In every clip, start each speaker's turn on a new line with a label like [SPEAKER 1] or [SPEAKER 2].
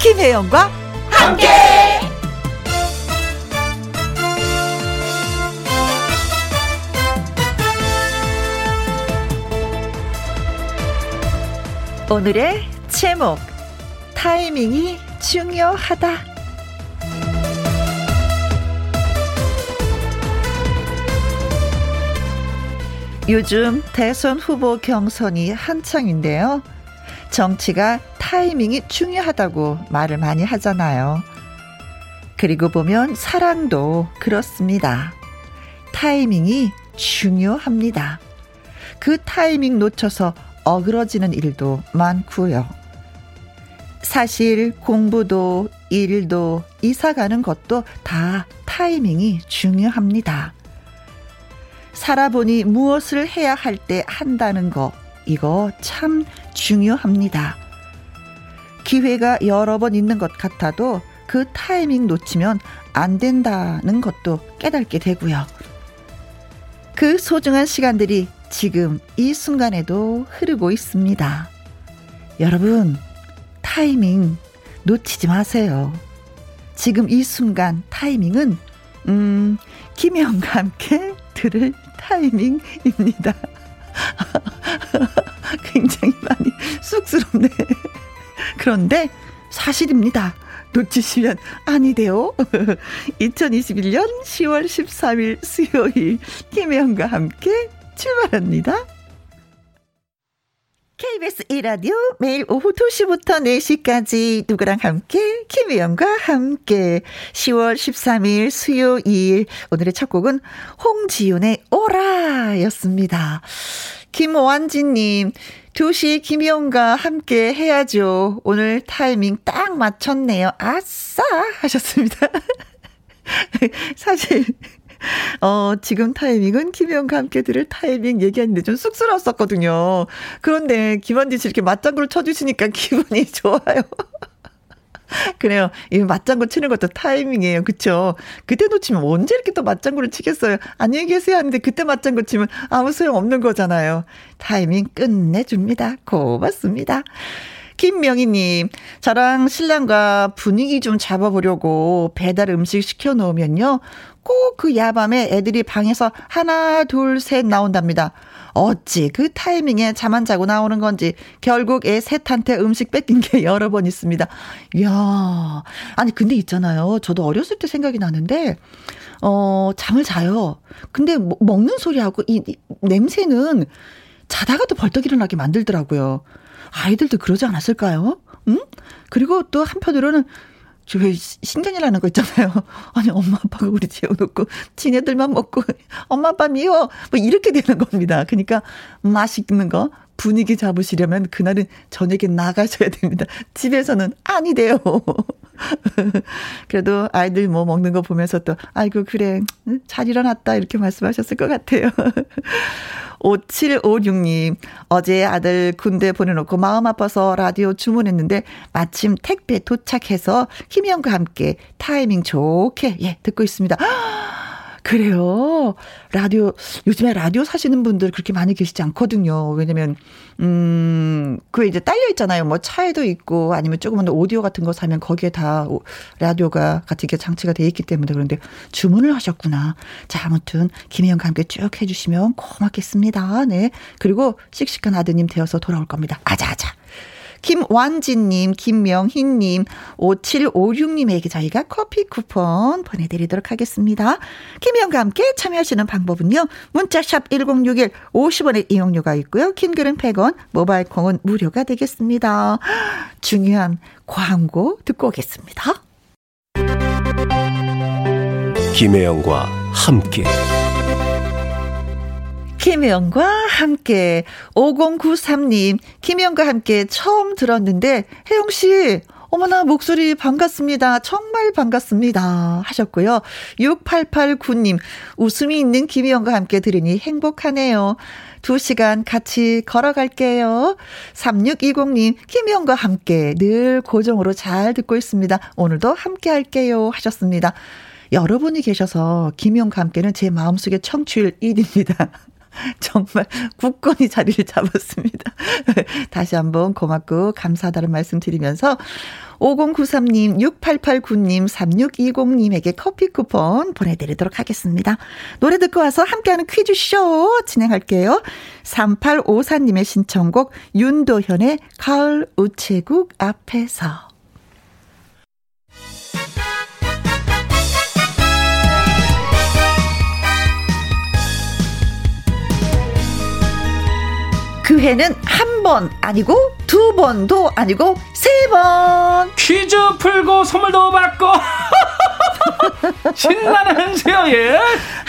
[SPEAKER 1] 김혜영과 함께. 오늘의 제목 타이밍이 중요하다. 요즘 대선 후보 경선이 한창인데요. 정치가 타이밍이 중요하다고 말을 많이 하잖아요. 그리고 보면 사랑도 그렇습니다. 타이밍이 중요합니다. 그 타이밍 놓쳐서 어그러지는 일도 많고요. 사실 공부도 일도 이사 가는 것도 다 타이밍이 중요합니다. 살아보니 무엇을 해야 할 때 한다는 거 이거 참 중요합니다. 기회가 여러 번 있는 것 같아도 그 타이밍 놓치면 안 된다는 것도 깨닫게 되고요. 그 소중한 시간들이 지금 이 순간에도 흐르고 있습니다. 여러분, 타이밍 놓치지 마세요. 지금 이 순간 타이밍은, 음, 김혜영과 함께 들을 타이밍입니다. 굉장히 많이 쑥스럽네. 그런데 사실입니다. 놓치시면 아니돼요. 2021년 10월 13일 수요일 김혜영과 함께 출발합니다. KBS 1라디오 매일 오후 2시부터 4시까지 누구랑 함께 김혜영과 함께 10월 13일 수요일 오늘의 첫 곡은 홍지윤의 오라였습니다. 김완진님, 2시 김희영과 함께 해야죠. 오늘 타이밍 딱 맞췄네요. 아싸! 하셨습니다. 사실, 어, 지금 타이밍은 김희영과 함께 들을 타이밍 얘기하는데 좀 쑥스러웠었거든요. 그런데 김완진 씨 이렇게 맞장구를 쳐주시니까 기분이 좋아요. 그래요. 이 맞장구 치는 것도 타이밍이에요. 그쵸? 그때 놓치면 언제 이렇게 또 맞장구를 치겠어요? 안녕히 계세요 하는데 그때 맞장구 치면 아무 소용 없는 거잖아요. 타이밍 끝내줍니다. 고맙습니다. 김명희님, 저랑 신랑과 분위기 좀 잡아보려고 배달 음식 시켜놓으면요. 꼭 그 야밤에 애들이 방에서 하나, 둘, 셋 나온답니다. 어찌 그 타이밍에 잠 안 자고 나오는 건지 결국 애 셋한테 음식 뺏긴 게 여러 번 있습니다. 이야. 아니, 근데 있잖아요. 저도 어렸을 때 생각이 나는데, 어, 잠을 자요. 근데 뭐, 먹는 소리하고 이, 이 냄새는 자다가도 벌떡 일어나게 만들더라고요. 아이들도 그러지 않았을까요? 응? 그리고 또 한편으로는 저왜 신전이라는 거 있잖아요. 아니 엄마 아빠가 우리 재워놓고 지네들만 먹고 엄마 아빠 미워 뭐 이렇게 되는 겁니다. 그러니까 맛있는 거 분위기 잡으시려면 그날은 저녁에 나가셔야 됩니다. 집에서는 아니 돼요. 그래도 아이들 뭐 먹는 거 보면서 또 아이고 그래 잘 일어났다 이렇게 말씀하셨을 것 같아요. 5756님, 어제 아들 군대 보내놓고 마음 아파서 라디오 주문했는데 마침 택배 도착해서 김희영과 함께 타이밍 좋게, 예, 듣고 있습니다. 그래요. 라디오, 요즘에 라디오 사시는 분들 그렇게 많이 계시지 않거든요. 왜냐면, 음, 그게 이제 딸려 있잖아요. 뭐 차에도 있고 아니면 조금만 더 오디오 같은 거 사면 거기에 다 라디오가 같이 이게 장치가 돼 있기 때문에 그런데 주문을 하셨구나. 자, 아무튼 김혜영과 함께 쭉 해주시면 고맙겠습니다. 네. 그리고 씩씩한 아드님 되어서 돌아올 겁니다. 아자아자. 김완진님, 김명희님, 5756님에게 저희가 커피 쿠폰 보내드리도록 하겠습니다. 김희영과 함께 참여하시는 방법은요. 문자샵 1061 50원의 이용료가 있고요. 킹글은 100원, 모바일 콩은 무료가 되겠습니다. 아, 중요한 광고 듣고 오겠습니다.
[SPEAKER 2] 김혜영과 함께
[SPEAKER 1] 김혜영과 함께 5093님 김혜영과 함께 처음 들었는데 혜영 씨 어머나 목소리 반갑습니다. 정말 반갑습니다. 하셨고요. 6889님 웃음이 있는 김혜영과 함께 들으니 행복하네요. 2시간 같이 걸어갈게요. 3620님, 김희영과 함께 늘 고정으로 잘 듣고 있습니다. 오늘도 함께 할게요. 하셨습니다. 여러분이 계셔서 김희영과 함께는 제 마음속의 청취율 1입니다. 정말 굳건히 자리를 잡았습니다. 다시 한번 고맙고 감사하다는 말씀 드리면서 5093님, 6889님, 3620님에게 커피 쿠폰 보내드리도록 하겠습니다. 노래 듣고 와서 함께하는 퀴즈쇼 진행할게요. 3854님의 신청곡 윤도현의 가을 우체국 앞에서. 그 해는 한 번 아니고 두 번도 아니고 세번
[SPEAKER 3] 퀴즈 풀고 선물도 받고 신나는 수요일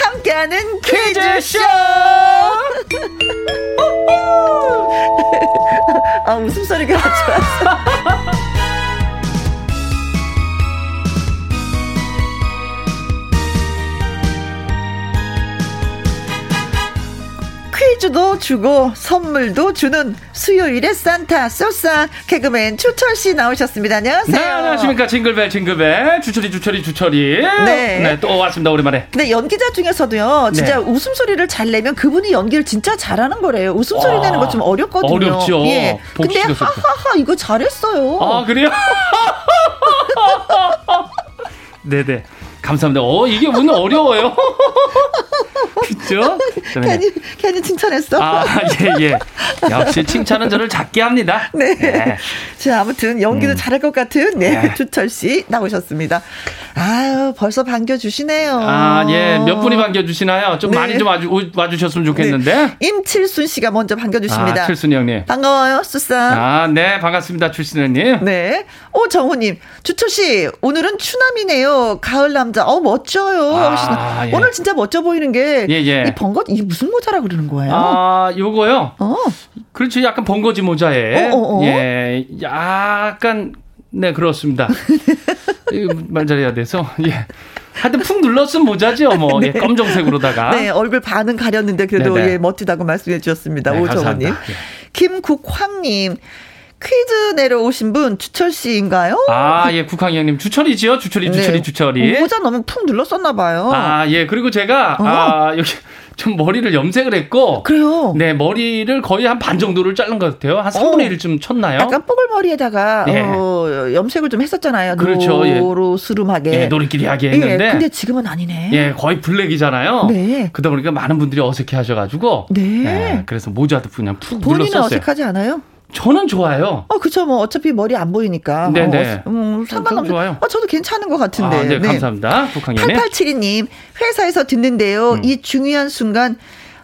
[SPEAKER 1] 함께하는 퀴즈쇼.
[SPEAKER 3] 퀴즈쇼
[SPEAKER 1] 아 웃음소리가 아주 왔어. 퀴즈도 주고 선물도 주는 수요일의 산타 쏘싸 개그맨 추철 씨 나오셨습니다.
[SPEAKER 3] 네
[SPEAKER 1] 안녕하세요.
[SPEAKER 3] 안녕하십니까 징글벨 징글벨 주철이 주철이 주철이
[SPEAKER 1] 네.
[SPEAKER 3] 네또 왔습니다 오랜만에
[SPEAKER 1] 근데 연기자 중에서도요, 진짜
[SPEAKER 3] 네.
[SPEAKER 1] 웃음소리를 잘 내면 그분이 연기를 진짜 잘하는 거래요. 웃음소리
[SPEAKER 3] 와,
[SPEAKER 1] 내는 거 좀 어렵거든요.
[SPEAKER 3] 어렵죠.
[SPEAKER 1] 예. 근데
[SPEAKER 3] 복수시켰을 때.
[SPEAKER 1] 하하하, 이거 잘했어요.
[SPEAKER 3] 아 그래요 네네 감사합니다 어 이게 오늘 어려워요 그죠 잠깐만요.
[SPEAKER 1] 괜히, 괜히 칭찬했어.
[SPEAKER 3] 아, 예, 예. 역시 칭찬은 저를 작게 합니다.
[SPEAKER 1] 네. 자, 아무튼 연기도 잘할 것 같은 네,
[SPEAKER 3] 음. 네.
[SPEAKER 1] 주철 씨 나오셨습니다. 아유, 벌써 반겨주시네요.
[SPEAKER 3] 아, 예. 몇 분이 반겨주시나요? 좀
[SPEAKER 1] 어. 네.
[SPEAKER 3] 많이 좀 와주, 오- 와주셨으면 좋겠는데.
[SPEAKER 1] 임칠순 씨가 먼저 반겨주십니다.
[SPEAKER 3] 아, 칠순이 형님.
[SPEAKER 1] 반가워요, 수상.
[SPEAKER 3] 아, 네. 반갑습니다. 출신 형님.
[SPEAKER 1] 네. 오, 정호님. 주철씨, 오늘은 추남이네요. 가을 남자. 어, 멋져요.
[SPEAKER 3] 아,
[SPEAKER 1] 하시나.
[SPEAKER 3] 예.
[SPEAKER 1] 오늘 진짜 멋져 보이는 게.
[SPEAKER 3] 예, 예.
[SPEAKER 1] 네. 이 번거, 이게 무슨 모자라 그러는 거예요?
[SPEAKER 3] 아, 요거요.
[SPEAKER 1] 어,
[SPEAKER 3] 그렇죠. 약간 번거지 모자에.
[SPEAKER 1] 어, 어, 어.
[SPEAKER 3] 예. 약간, 네, 그렇습니다. 이거 말 잘해야 돼서. 예. 하여튼 푹 눌러쓴 모자죠. 뭐. 예, 검정색으로다가.
[SPEAKER 1] 네, 얼굴 반은 가렸는데 그래도
[SPEAKER 3] 아? 네네.
[SPEAKER 1] 예, 멋지다고 말씀해 주셨습니다.
[SPEAKER 3] 네,
[SPEAKER 1] 오, 정호님.
[SPEAKER 3] 감사합니다. 예.
[SPEAKER 1] 김국황님. 퀴즈 내려오신 분, 주철씨인가요?
[SPEAKER 3] 아, 예, 국항이 형님. 주철이지요?
[SPEAKER 1] 네.
[SPEAKER 3] 주철이, 주철이, 주철이.
[SPEAKER 1] 어, 모자 너무 푹 눌렀었나봐요.
[SPEAKER 3] 아, 예. 그리고 제가,
[SPEAKER 1] 어?
[SPEAKER 3] 아, 여기 좀 머리를 염색을 했고.
[SPEAKER 1] 그래요.
[SPEAKER 3] 네, 머리를 거의 한 반 정도를 자른 것 같아요. 한
[SPEAKER 1] 어.
[SPEAKER 3] 3분의 1좀 쳤나요?
[SPEAKER 1] 약간 뽀글머리에다가
[SPEAKER 3] 예.
[SPEAKER 1] 어, 염색을 좀 했었잖아요.
[SPEAKER 3] 그렇죠, 예.
[SPEAKER 1] 노로스름하게.
[SPEAKER 3] 예, 노리끼리 하게
[SPEAKER 1] 예,
[SPEAKER 3] 했는데.
[SPEAKER 1] 근데 지금은 아니네.
[SPEAKER 3] 예, 거의 블랙이잖아요.
[SPEAKER 1] 네.
[SPEAKER 3] 그러다 보니까 많은 분들이 어색해 하셔가지고.
[SPEAKER 1] 네.
[SPEAKER 3] 예, 그래서 모자도 그냥 푹
[SPEAKER 1] 본인은
[SPEAKER 3] 눌렀었어요.
[SPEAKER 1] 어색하지 않아요?
[SPEAKER 3] 저는 좋아요.
[SPEAKER 1] 어, 그쵸. 뭐, 어차피 머리 안 보이니까.
[SPEAKER 3] 네네.
[SPEAKER 1] 어, 어색- 음, 상관없는.
[SPEAKER 3] 저도 좋아요.
[SPEAKER 1] 어, 저도 괜찮은 것 같은데.
[SPEAKER 3] 아, 네, 감사합니다. 국항이네.
[SPEAKER 1] 8872님, 회사에서 듣는데요.
[SPEAKER 3] 음.
[SPEAKER 1] 이 중요한 순간,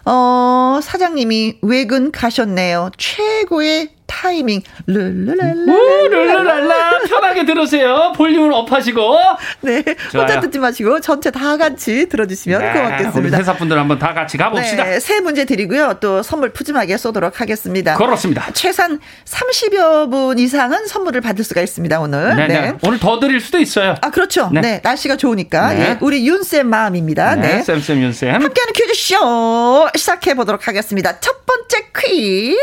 [SPEAKER 1] 어, 사장님이 외근 가셨네요. 최고의 타이밍.
[SPEAKER 3] 우,
[SPEAKER 1] 룰루랄라.
[SPEAKER 3] 룰루랄라. 편하게 들으세요. 볼륨을 업하시고.
[SPEAKER 1] 네. 혼자
[SPEAKER 3] 좋아요.
[SPEAKER 1] 듣지 마시고, 전체 다 같이 들어주시면
[SPEAKER 3] 네, 우리
[SPEAKER 1] 고맙겠습니다.
[SPEAKER 3] 회사분들 한번 다 같이 가봅시다.
[SPEAKER 1] 네. 세 문제 드리고요. 또 선물 푸짐하게 쏘도록 하겠습니다.
[SPEAKER 3] 그렇습니다.
[SPEAKER 1] 최소한 30여 분 이상은 선물을 받을 수가 있습니다, 오늘.
[SPEAKER 3] 네, 네. 오늘 더 드릴 수도 있어요.
[SPEAKER 1] 아, 그렇죠. 네.
[SPEAKER 3] 네.
[SPEAKER 1] 날씨가 좋으니까.
[SPEAKER 3] 네.
[SPEAKER 1] 예, 우리 윤쌤 마음입니다. 네.
[SPEAKER 3] 네, 쌤쌤 윤쌤.
[SPEAKER 1] 함께하는 퀴즈쇼 시작해 보도록 하겠습니다. 첫 번째 퀴즈.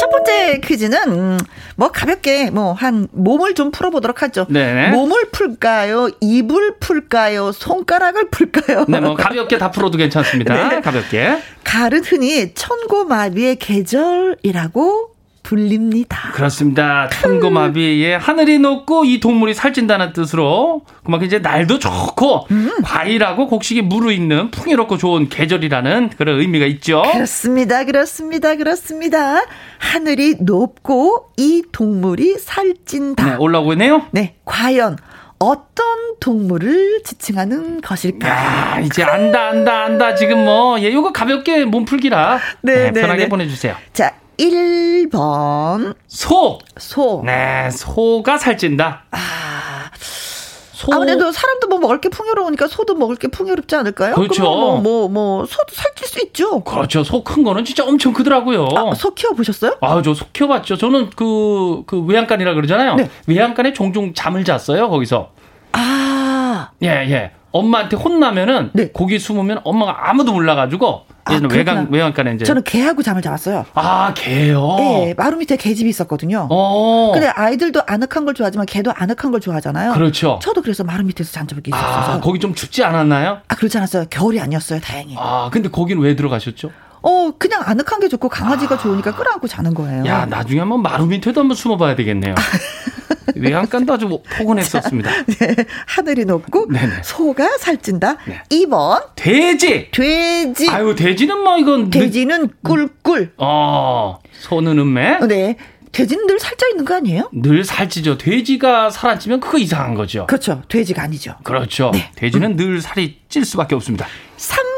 [SPEAKER 1] 첫 번째 퀴즈는 음, 뭐 가볍게 뭐 한 몸을 좀 풀어보도록 하죠.
[SPEAKER 3] 네네.
[SPEAKER 1] 몸을 풀까요? 입을 풀까요? 손가락을 풀까요?
[SPEAKER 3] 네, 뭐 가볍게 다 풀어도 괜찮습니다.
[SPEAKER 1] 네.
[SPEAKER 3] 가볍게.
[SPEAKER 1] 가른 흔히 천고마비의 계절이라고 불립니다.
[SPEAKER 3] 그렇습니다. 천고마비의 하늘이 높고 이 동물이 살찐다는 뜻으로 그만큼 이제 날도 좋고
[SPEAKER 1] 음.
[SPEAKER 3] 과일하고 곡식이 무르익는 풍요롭고 좋은 계절이라는 그런 의미가 있죠.
[SPEAKER 1] 그렇습니다. 그렇습니다. 그렇습니다. 하늘이 높고 이 동물이 살찐다.
[SPEAKER 3] 네, 올라오고 있네요.
[SPEAKER 1] 네, 과연 어떤 동물을 지칭하는 것일까?
[SPEAKER 3] 야, 이제 안다 안다 안다 지금 뭐 예, 요거 가볍게 몸풀기라.
[SPEAKER 1] 네,
[SPEAKER 3] 네,
[SPEAKER 1] 네,
[SPEAKER 3] 편하게
[SPEAKER 1] 네.
[SPEAKER 3] 보내 주세요.
[SPEAKER 1] 자, 1번
[SPEAKER 3] 소.
[SPEAKER 1] 소.
[SPEAKER 3] 네, 소가 살찐다.
[SPEAKER 1] 아,
[SPEAKER 3] 소.
[SPEAKER 1] 아무래도 사람도 뭐 먹을 게 풍요로우니까 소도 먹을 게 풍요롭지 않을까요?
[SPEAKER 3] 그렇죠.
[SPEAKER 1] 뭐뭐 뭐, 뭐 소도 살찔 수 있죠.
[SPEAKER 3] 그렇죠. 소 큰 거는 진짜 엄청 크더라고요.
[SPEAKER 1] 아, 소 키워 보셨어요?
[SPEAKER 3] 아유, 저 속 키워봤죠. 저는 그, 그 외양간이라 그러잖아요.
[SPEAKER 1] 네.
[SPEAKER 3] 외양간에 종종 잠을 잤어요, 거기서.
[SPEAKER 1] 아,
[SPEAKER 3] 예, 예. 엄마한테 혼나면은
[SPEAKER 1] 네.
[SPEAKER 3] 고기 숨으면 엄마가 아무도 몰라가지고 예전
[SPEAKER 1] 그렇구나.
[SPEAKER 3] 외강 외양간에 이제
[SPEAKER 1] 저는 개하고 잠을 자왔어요.
[SPEAKER 3] 아 개요.
[SPEAKER 1] 네, 마루 밑에 개집이 있었거든요.
[SPEAKER 3] 어.
[SPEAKER 1] 근데 아이들도 아늑한 걸 좋아하지만 개도 아늑한 걸 좋아하잖아요.
[SPEAKER 3] 그렇죠.
[SPEAKER 1] 저도 그래서 마루 밑에서 잔 적이 있었어요.
[SPEAKER 3] 아
[SPEAKER 1] 아,
[SPEAKER 3] 거기 좀 춥지 않았나요?
[SPEAKER 1] 그렇지 않았어요. 겨울이 아니었어요. 다행히.
[SPEAKER 3] 아 근데 거긴 왜 들어가셨죠?
[SPEAKER 1] 어 그냥 아늑한 게 좋고 강아지가 좋으니까 끌어안고 자는 거예요.
[SPEAKER 3] 야 나중에 한번 마루 밑에도 한번 숨어봐야 되겠네요. 외양간도 아주 포근했었습니다.
[SPEAKER 1] 네, 하늘이 높고
[SPEAKER 3] 네네.
[SPEAKER 1] 소가 살찐다.
[SPEAKER 3] 네.
[SPEAKER 1] 2번
[SPEAKER 3] 돼지.
[SPEAKER 1] 돼지.
[SPEAKER 3] 아유 돼지는 뭐 이건 늘-
[SPEAKER 1] 돼지는 꿀꿀.
[SPEAKER 3] 어 손은 음매.
[SPEAKER 1] 네. 돼지는 늘 살쪄 있는 거 아니에요?
[SPEAKER 3] 늘 살찌죠. 돼지가 살 안 찌면 그거 이상한 거죠.
[SPEAKER 1] 그렇죠. 네. 돼지가 아니죠.
[SPEAKER 3] 그렇죠. 돼지는 늘 살이 찔 수밖에 없습니다.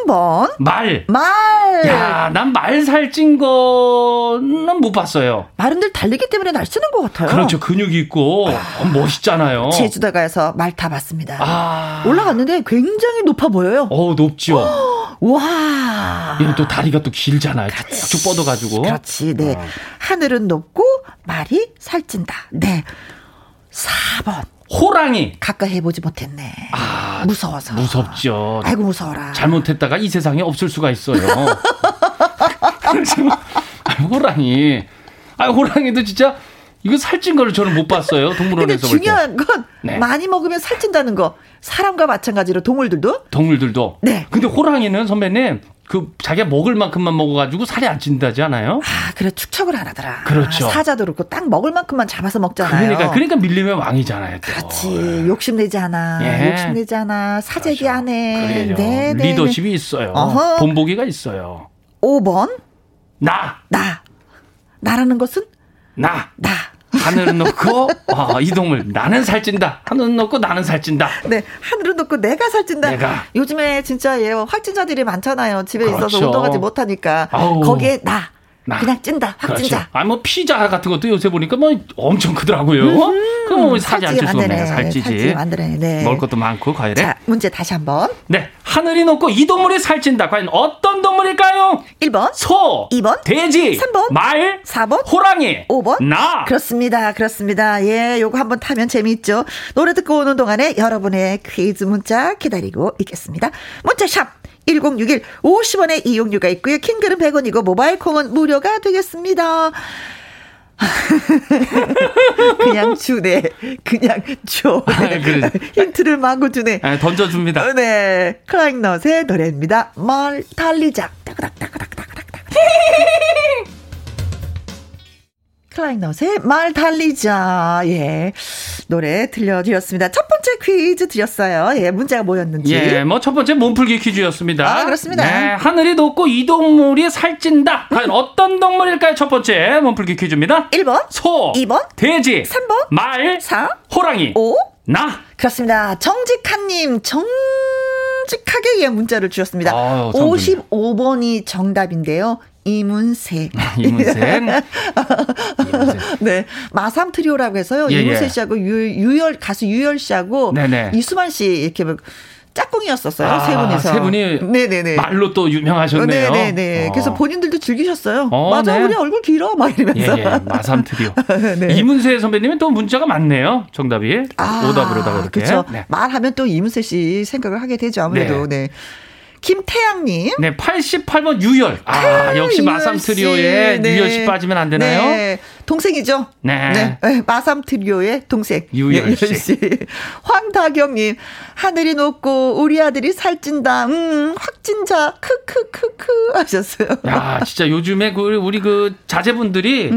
[SPEAKER 1] 3번
[SPEAKER 3] 말.
[SPEAKER 1] 말.
[SPEAKER 3] 야, 난 말 살찐 거는 못 봤어요.
[SPEAKER 1] 말은 늘 달리기 때문에 날씬한 것 같아요.
[SPEAKER 3] 그렇죠. 근육이 있고 어, 멋있잖아요.
[SPEAKER 1] 제주도 가서 말 타봤습니다.
[SPEAKER 3] 아.
[SPEAKER 1] 올라갔는데 굉장히 높아 보여요.
[SPEAKER 3] 어, 높죠.
[SPEAKER 1] 와.
[SPEAKER 3] 얘는 또 다리가 또 길잖아요. 쭉쭉 뻗어가지고.
[SPEAKER 1] 그렇지. 네.
[SPEAKER 3] 어.
[SPEAKER 1] 하늘은 높고 말이 살찐다. 네. 4번
[SPEAKER 3] 호랑이.
[SPEAKER 1] 가까이 해보지 못했네.
[SPEAKER 3] 아,
[SPEAKER 1] 무서워서.
[SPEAKER 3] 무섭죠.
[SPEAKER 1] 아이고 무서워라.
[SPEAKER 3] 잘못했다가 이 세상에 없을 수가 있어요. 그래서 아니, 호랑이. 아, 호랑이도 진짜 이거 살찐 걸 저는 못 봤어요.
[SPEAKER 1] 근데
[SPEAKER 3] 동물원에서 볼 때.
[SPEAKER 1] 중요한 건
[SPEAKER 3] 네.
[SPEAKER 1] 많이 먹으면 살찐다는 거. 사람과 마찬가지로 동물들도
[SPEAKER 3] 동물들도.
[SPEAKER 1] 네.
[SPEAKER 3] 근데 호랑이는 선배님 그 자기가 먹을 만큼만 먹어가지고 살이 안 찐다지 않아요?
[SPEAKER 1] 아 그래 축척을 안 하더라.
[SPEAKER 3] 그렇죠.
[SPEAKER 1] 사자도 그렇고 딱 먹을 만큼만 잡아서 먹잖아요.
[SPEAKER 3] 그러니까 그러니까 밀리면 왕이잖아요. 또.
[SPEAKER 1] 그렇지 욕심내지 않아.
[SPEAKER 3] 예.
[SPEAKER 1] 욕심내지 않아. 사재기
[SPEAKER 3] 그렇죠.
[SPEAKER 1] 안 해.
[SPEAKER 3] 그래요.
[SPEAKER 1] 네, 네, 네.
[SPEAKER 3] 리더십이 있어요.
[SPEAKER 1] 어허.
[SPEAKER 3] 본보기가 있어요.
[SPEAKER 1] 5번
[SPEAKER 3] 나,
[SPEAKER 1] 나. 나라는 것은
[SPEAKER 3] 나.
[SPEAKER 1] 나.
[SPEAKER 3] 하늘은 높고 아, 이 동물 나는 살찐다. 하늘은 높고 나는 살찐다.
[SPEAKER 1] 네, 하늘은 높고 내가 살찐다.
[SPEAKER 3] 내가.
[SPEAKER 1] 요즘에 진짜 예, 확진자들이 많잖아요. 집에 있어서
[SPEAKER 3] 그렇죠.
[SPEAKER 1] 운동하지 못하니까.
[SPEAKER 3] 아우.
[SPEAKER 1] 거기에 나.
[SPEAKER 3] 나.
[SPEAKER 1] 그냥 찐다. 확
[SPEAKER 3] 그렇죠.
[SPEAKER 1] 찐다.
[SPEAKER 3] 아뭐 피자 같은 것도 요새 보니까 뭐 엄청 크더라고요. 그럼 뭐 살이 안 찔 수 없네. 살찌지.
[SPEAKER 1] 음, 살찌게 만드네. 네.
[SPEAKER 3] 먹을 것도 많고 과일에.
[SPEAKER 1] 자, 문제 다시 한번.
[SPEAKER 3] 네, 하늘이 높고 이 동물이 살찐다. 과연 어떤 동물일까요?
[SPEAKER 1] 1번,
[SPEAKER 3] 소,
[SPEAKER 1] 이 번,
[SPEAKER 3] 돼지,
[SPEAKER 1] 삼 번,
[SPEAKER 3] 말,
[SPEAKER 1] 4번,
[SPEAKER 3] 호랑이,
[SPEAKER 1] 오 번.
[SPEAKER 3] 나.
[SPEAKER 1] 그렇습니다. 그렇습니다. 예, 요거 한번 타면 재미있죠. 노래 듣고 오는 동안에 여러분의 퀴즈 문자 기다리고 있겠습니다. 문자샵 1061 50원의 이용료가 있고요. 킹글은 100원이고 모바일 콩은 무료가 되겠습니다. 그냥 주네. 그냥 줘.
[SPEAKER 3] 아, 그래.
[SPEAKER 1] 힌트를 마구 주네.
[SPEAKER 3] 아, 던져줍니다.
[SPEAKER 1] 어, 네. 클라잉넛의 노래입니다. 말 달리자. 따그닥따그닥따그닥따그닥. 클라잉넛의 말 달리자. 예. 노래 들려드렸습니다. 첫 번째 퀴즈 드렸어요. 예. 문제가 뭐였는지.
[SPEAKER 3] 예, 뭐 첫 번째 몸풀기 퀴즈였습니다.
[SPEAKER 1] 아, 그렇습니다. 음.
[SPEAKER 3] 네, 하늘이 높고 이 동물이 살찐다. 과연 어떤 동물일까요? 첫 번째 몸풀기 퀴즈입니다.
[SPEAKER 1] 1번,
[SPEAKER 3] 소,
[SPEAKER 1] 이 번,
[SPEAKER 3] 돼지,
[SPEAKER 1] 3번,
[SPEAKER 3] 말,
[SPEAKER 1] 4,
[SPEAKER 3] 호랑이,
[SPEAKER 1] 5.
[SPEAKER 3] 나.
[SPEAKER 1] 그렇습니다. 정직한님, 정직하게 예, 문자를 주셨습니다.
[SPEAKER 3] 아유, 참 좋네요.
[SPEAKER 1] 55번이 정답인데요. 이문세.
[SPEAKER 3] 이문센. 이문센.
[SPEAKER 1] 네. 마삼 트리오라고 해서요.
[SPEAKER 3] 예,
[SPEAKER 1] 이문세
[SPEAKER 3] 예.
[SPEAKER 1] 씨하고 유, 유열, 가수 유열 씨하고
[SPEAKER 3] 네네.
[SPEAKER 1] 이수만 씨 이렇게 막 짝꿍이었었어요.
[SPEAKER 3] 아,
[SPEAKER 1] 세 분이서.
[SPEAKER 3] 세 분이
[SPEAKER 1] 네네네.
[SPEAKER 3] 말로 또 유명하셨네요.
[SPEAKER 1] 네네네. 그래서
[SPEAKER 3] 어.
[SPEAKER 1] 본인들도 즐기셨어요.
[SPEAKER 3] 어,
[SPEAKER 1] 맞아,
[SPEAKER 3] 네.
[SPEAKER 1] 우리 얼굴 길어. 막
[SPEAKER 3] 예,
[SPEAKER 1] 이러면서.
[SPEAKER 3] 예, 마삼 트리오.
[SPEAKER 1] 네.
[SPEAKER 3] 이문세 선배님은 또 문자가 많네요. 정답이
[SPEAKER 1] 아,
[SPEAKER 3] 오답으로다가 이렇게.
[SPEAKER 1] 그쵸.
[SPEAKER 3] 네.
[SPEAKER 1] 말하면 또 이문세 씨 생각을 하게 되죠. 아무래도. 네. 김태양님.
[SPEAKER 3] 네, 88번 유열. 아, 역시
[SPEAKER 1] 유열
[SPEAKER 3] 마삼
[SPEAKER 1] 씨.
[SPEAKER 3] 트리오에
[SPEAKER 1] 네.
[SPEAKER 3] 유열 씨 빠지면 안 되나요?
[SPEAKER 1] 네. 동생이죠.
[SPEAKER 3] 네.
[SPEAKER 1] 네, 마삼 트리오의 동생 네,
[SPEAKER 3] 유열 씨.
[SPEAKER 1] 황다경님 하늘이 높고 우리 아들이 살찐다. 음 확진자 크크크크 하셨어요.
[SPEAKER 3] 야, 진짜 요즘에 그 우리 그 자제분들이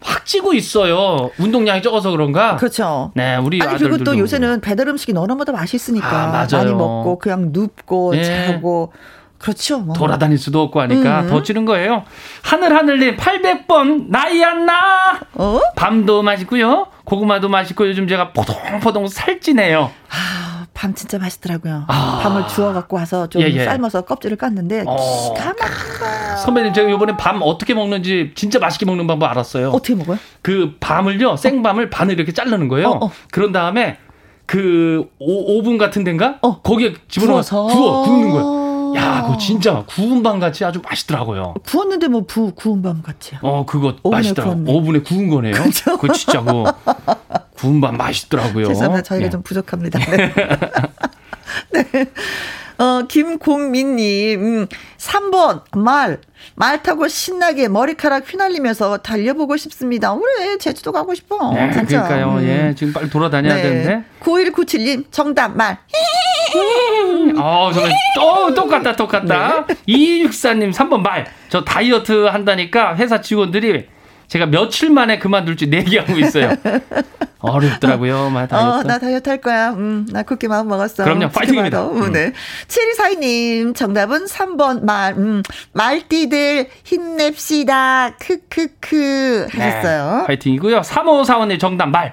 [SPEAKER 3] 확 찌고 있어요. 운동량이 적어서 그런가?
[SPEAKER 1] 음. 그렇죠.
[SPEAKER 3] 네, 우리
[SPEAKER 1] 아니
[SPEAKER 3] 아들들도
[SPEAKER 1] 그리고 또 요새는 배달 음식이 너무나도
[SPEAKER 3] 아,
[SPEAKER 1] 맛있으니까
[SPEAKER 3] 맞아요.
[SPEAKER 1] 많이 먹고 그냥 눕고
[SPEAKER 3] 예.
[SPEAKER 1] 자고 그렇죠. 뭐.
[SPEAKER 3] 돌아다닐 수도 없고 하니까
[SPEAKER 1] 음.
[SPEAKER 3] 더 찌는 거예요. 하늘하늘님 800번 나이 안 나.
[SPEAKER 1] 어?
[SPEAKER 3] 밤도 맛있고요. 고구마도 맛있고 요즘 제가 포동포동 살찌네요.
[SPEAKER 1] 아, 밤 진짜 맛있더라고요.
[SPEAKER 3] 아.
[SPEAKER 1] 밤을 주워 갖고 와서 좀
[SPEAKER 3] 예, 예.
[SPEAKER 1] 삶아서 껍질을 깠는데
[SPEAKER 3] 어.
[SPEAKER 1] 기가 막혀.
[SPEAKER 3] 선배님 제가 요번에 밤 어떻게 먹는지 진짜 맛있게 먹는 방법 알았어요.
[SPEAKER 1] 어떻게 먹어요?
[SPEAKER 3] 그 밤을요 생밤을 반을 이렇게 자르는 거예요.
[SPEAKER 1] 어, 어.
[SPEAKER 3] 그런 다음에 그 오, 븐 같은 데인가?
[SPEAKER 1] 어.
[SPEAKER 3] 거기에 집어넣어
[SPEAKER 1] 구워서.
[SPEAKER 3] 구워 굽는 거예요. 야, 그거 진짜 구운 밤 같이 아주 맛있더라고요.
[SPEAKER 1] 구웠는데 뭐 부, 구운 밤 같이요.
[SPEAKER 3] 어, 그거
[SPEAKER 1] 오븐에
[SPEAKER 3] 맛있더라고.
[SPEAKER 1] 구웠네.
[SPEAKER 3] 오븐에 구운 거네요.
[SPEAKER 1] 그죠?
[SPEAKER 3] 거 진짜 그 구운 밤 맛있더라고요.
[SPEAKER 1] 죄송합니다. 저희가
[SPEAKER 3] 예.
[SPEAKER 1] 좀 부족합니다. 네. 네. 어, 김공민님, 음, 3번, 말. 말 타고 신나게 머리카락 휘날리면서 달려보고 싶습니다. 그래, 제주도 가고 싶어.
[SPEAKER 3] 예,
[SPEAKER 1] 진짜. 음. 네.
[SPEAKER 3] 그러니까요. 예, 지금 빨리 돌아다녀야 되는데.
[SPEAKER 1] 9197님, 정답, 말.
[SPEAKER 3] 어, 저는 또 똑같다, 똑같다.
[SPEAKER 1] 네.
[SPEAKER 3] 이육사님 3번 말. 저 다이어트 한다니까 회사 직원들이 제가 며칠 만에 그만둘지 내기하고 있어요. 어렵더라고요, 마
[SPEAKER 1] 어,
[SPEAKER 3] 다이어트.
[SPEAKER 1] 나 다이어트 할 거야. 음, 나 굳게 마음 먹었어.
[SPEAKER 3] 그럼요, 파이팅입니다.
[SPEAKER 1] 지켜봐라. 음, 네. 7242님, 정답은 3번 말, 음, 말띠들 힘냅시다. 크크크. 하셨어요.
[SPEAKER 3] 네, 파이팅이고요. 3545님 정답 말.